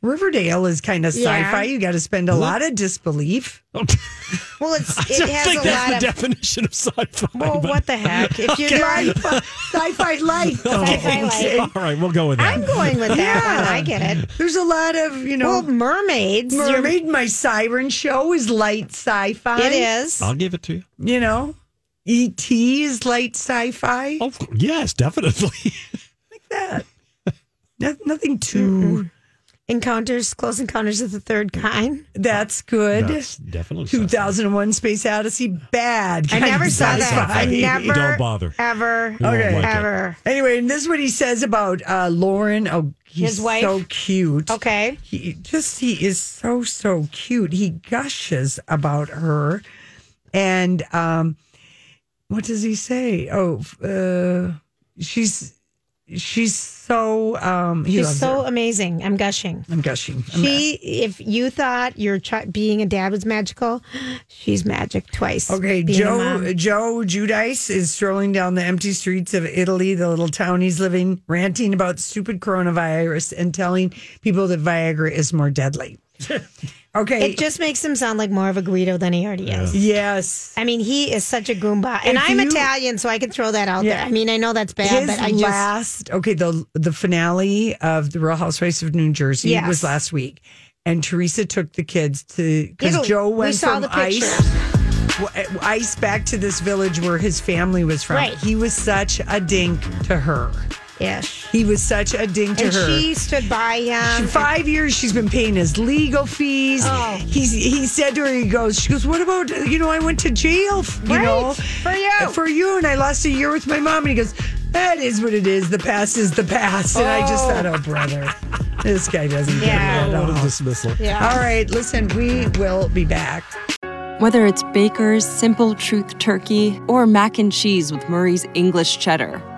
[SPEAKER 2] Riverdale is kind of
[SPEAKER 3] Yeah.
[SPEAKER 2] sci-fi. You got to spend a
[SPEAKER 3] What?
[SPEAKER 2] lot of disbelief.
[SPEAKER 3] Well, it's
[SPEAKER 2] I
[SPEAKER 3] it
[SPEAKER 2] don't
[SPEAKER 3] has
[SPEAKER 2] think
[SPEAKER 3] a
[SPEAKER 2] that's
[SPEAKER 3] lot
[SPEAKER 2] the
[SPEAKER 3] of
[SPEAKER 1] definition of sci-fi.
[SPEAKER 3] Well,
[SPEAKER 1] but-
[SPEAKER 3] what the heck? If you're
[SPEAKER 2] Okay.
[SPEAKER 3] doing
[SPEAKER 2] sci-fi light.
[SPEAKER 1] Oh,
[SPEAKER 3] Sci-fi light.
[SPEAKER 1] All right, we'll go with that.
[SPEAKER 3] I'm going with that
[SPEAKER 2] Yeah.
[SPEAKER 3] one. I get it.
[SPEAKER 2] There's a lot of you know
[SPEAKER 3] Well, mermaids. you're-
[SPEAKER 2] mermaid. My siren show is light sci-fi.
[SPEAKER 3] It is.
[SPEAKER 1] I'll give it to you.
[SPEAKER 2] You know, ET is light sci-fi.
[SPEAKER 1] Oh, Yes, definitely.
[SPEAKER 2] no, nothing too.
[SPEAKER 3] Encounters, close encounters of the third kind.
[SPEAKER 2] That's good.
[SPEAKER 1] That's definitely sci-fi.
[SPEAKER 2] 2001 Space Odyssey, bad.
[SPEAKER 3] I
[SPEAKER 2] kind
[SPEAKER 3] never
[SPEAKER 2] of
[SPEAKER 3] saw that. I
[SPEAKER 2] sci-fi.
[SPEAKER 3] never,
[SPEAKER 1] Don't bother.
[SPEAKER 3] ever,
[SPEAKER 2] You won't like it.
[SPEAKER 3] ever.
[SPEAKER 2] Anyway, and this is what he says about uh, Lauren. Oh, he's
[SPEAKER 3] His wife?
[SPEAKER 2] so cute.
[SPEAKER 3] Okay.
[SPEAKER 2] He just he is so so cute. He gushes about her, and um, what does he say? Oh, uh, she's she's so um. he
[SPEAKER 3] She's
[SPEAKER 2] loves
[SPEAKER 3] so
[SPEAKER 2] her.
[SPEAKER 3] amazing. I'm gushing.
[SPEAKER 2] I'm gushing. I'm-
[SPEAKER 3] She, if you thought your chi- being a dad was magical, she's magic twice.
[SPEAKER 2] Okay,
[SPEAKER 3] being a
[SPEAKER 2] Joe uh,
[SPEAKER 3] mom.
[SPEAKER 2] Joe Judice is strolling down the empty streets of Italy, the little town he's living, ranting about stupid coronavirus and telling people that Viagra is more deadly. Okay,
[SPEAKER 3] It just makes him sound like more of a Guido than he already is.
[SPEAKER 2] yes,
[SPEAKER 3] I mean, he is such a Goomba. And
[SPEAKER 2] If
[SPEAKER 3] I'm
[SPEAKER 2] you-
[SPEAKER 3] Italian, so I can throw that out
[SPEAKER 2] Yeah.
[SPEAKER 3] there. I mean, I know that's bad,
[SPEAKER 2] his
[SPEAKER 3] but I just.
[SPEAKER 2] last okay the the finale of the Real Housewives of New Jersey
[SPEAKER 3] Yes.
[SPEAKER 2] was last week, and Teresa took the kids to because
[SPEAKER 3] Italy.
[SPEAKER 2] Joe
[SPEAKER 3] We
[SPEAKER 2] went
[SPEAKER 3] saw
[SPEAKER 2] from
[SPEAKER 3] the picture.
[SPEAKER 2] ice. w- uh, Ice back to this village where his family was from.
[SPEAKER 3] Right.
[SPEAKER 2] He was such a dink to her.
[SPEAKER 3] Ish.
[SPEAKER 2] He was such a dink to
[SPEAKER 3] and
[SPEAKER 2] her.
[SPEAKER 3] she stood by
[SPEAKER 2] She-
[SPEAKER 3] him.
[SPEAKER 2] five years she's been paying his legal fees.
[SPEAKER 3] Oh.
[SPEAKER 2] He's he said to her, he goes, she goes, what about you know I went to jail, f- you
[SPEAKER 3] Right,
[SPEAKER 2] know,
[SPEAKER 3] for you.
[SPEAKER 2] for you, and I lost a year with my mom, and he goes, that is what it is. The past is the past, and I just
[SPEAKER 3] Oh.
[SPEAKER 2] thought, oh brother, this guy doesn't
[SPEAKER 3] Yeah.
[SPEAKER 2] get it at
[SPEAKER 3] What a
[SPEAKER 2] all.
[SPEAKER 1] dismissal.
[SPEAKER 3] Yeah.
[SPEAKER 2] All right, listen, we will be back.
[SPEAKER 11] Whether it's Baker's Simple Truth Turkey or mac and cheese with Murray's English Cheddar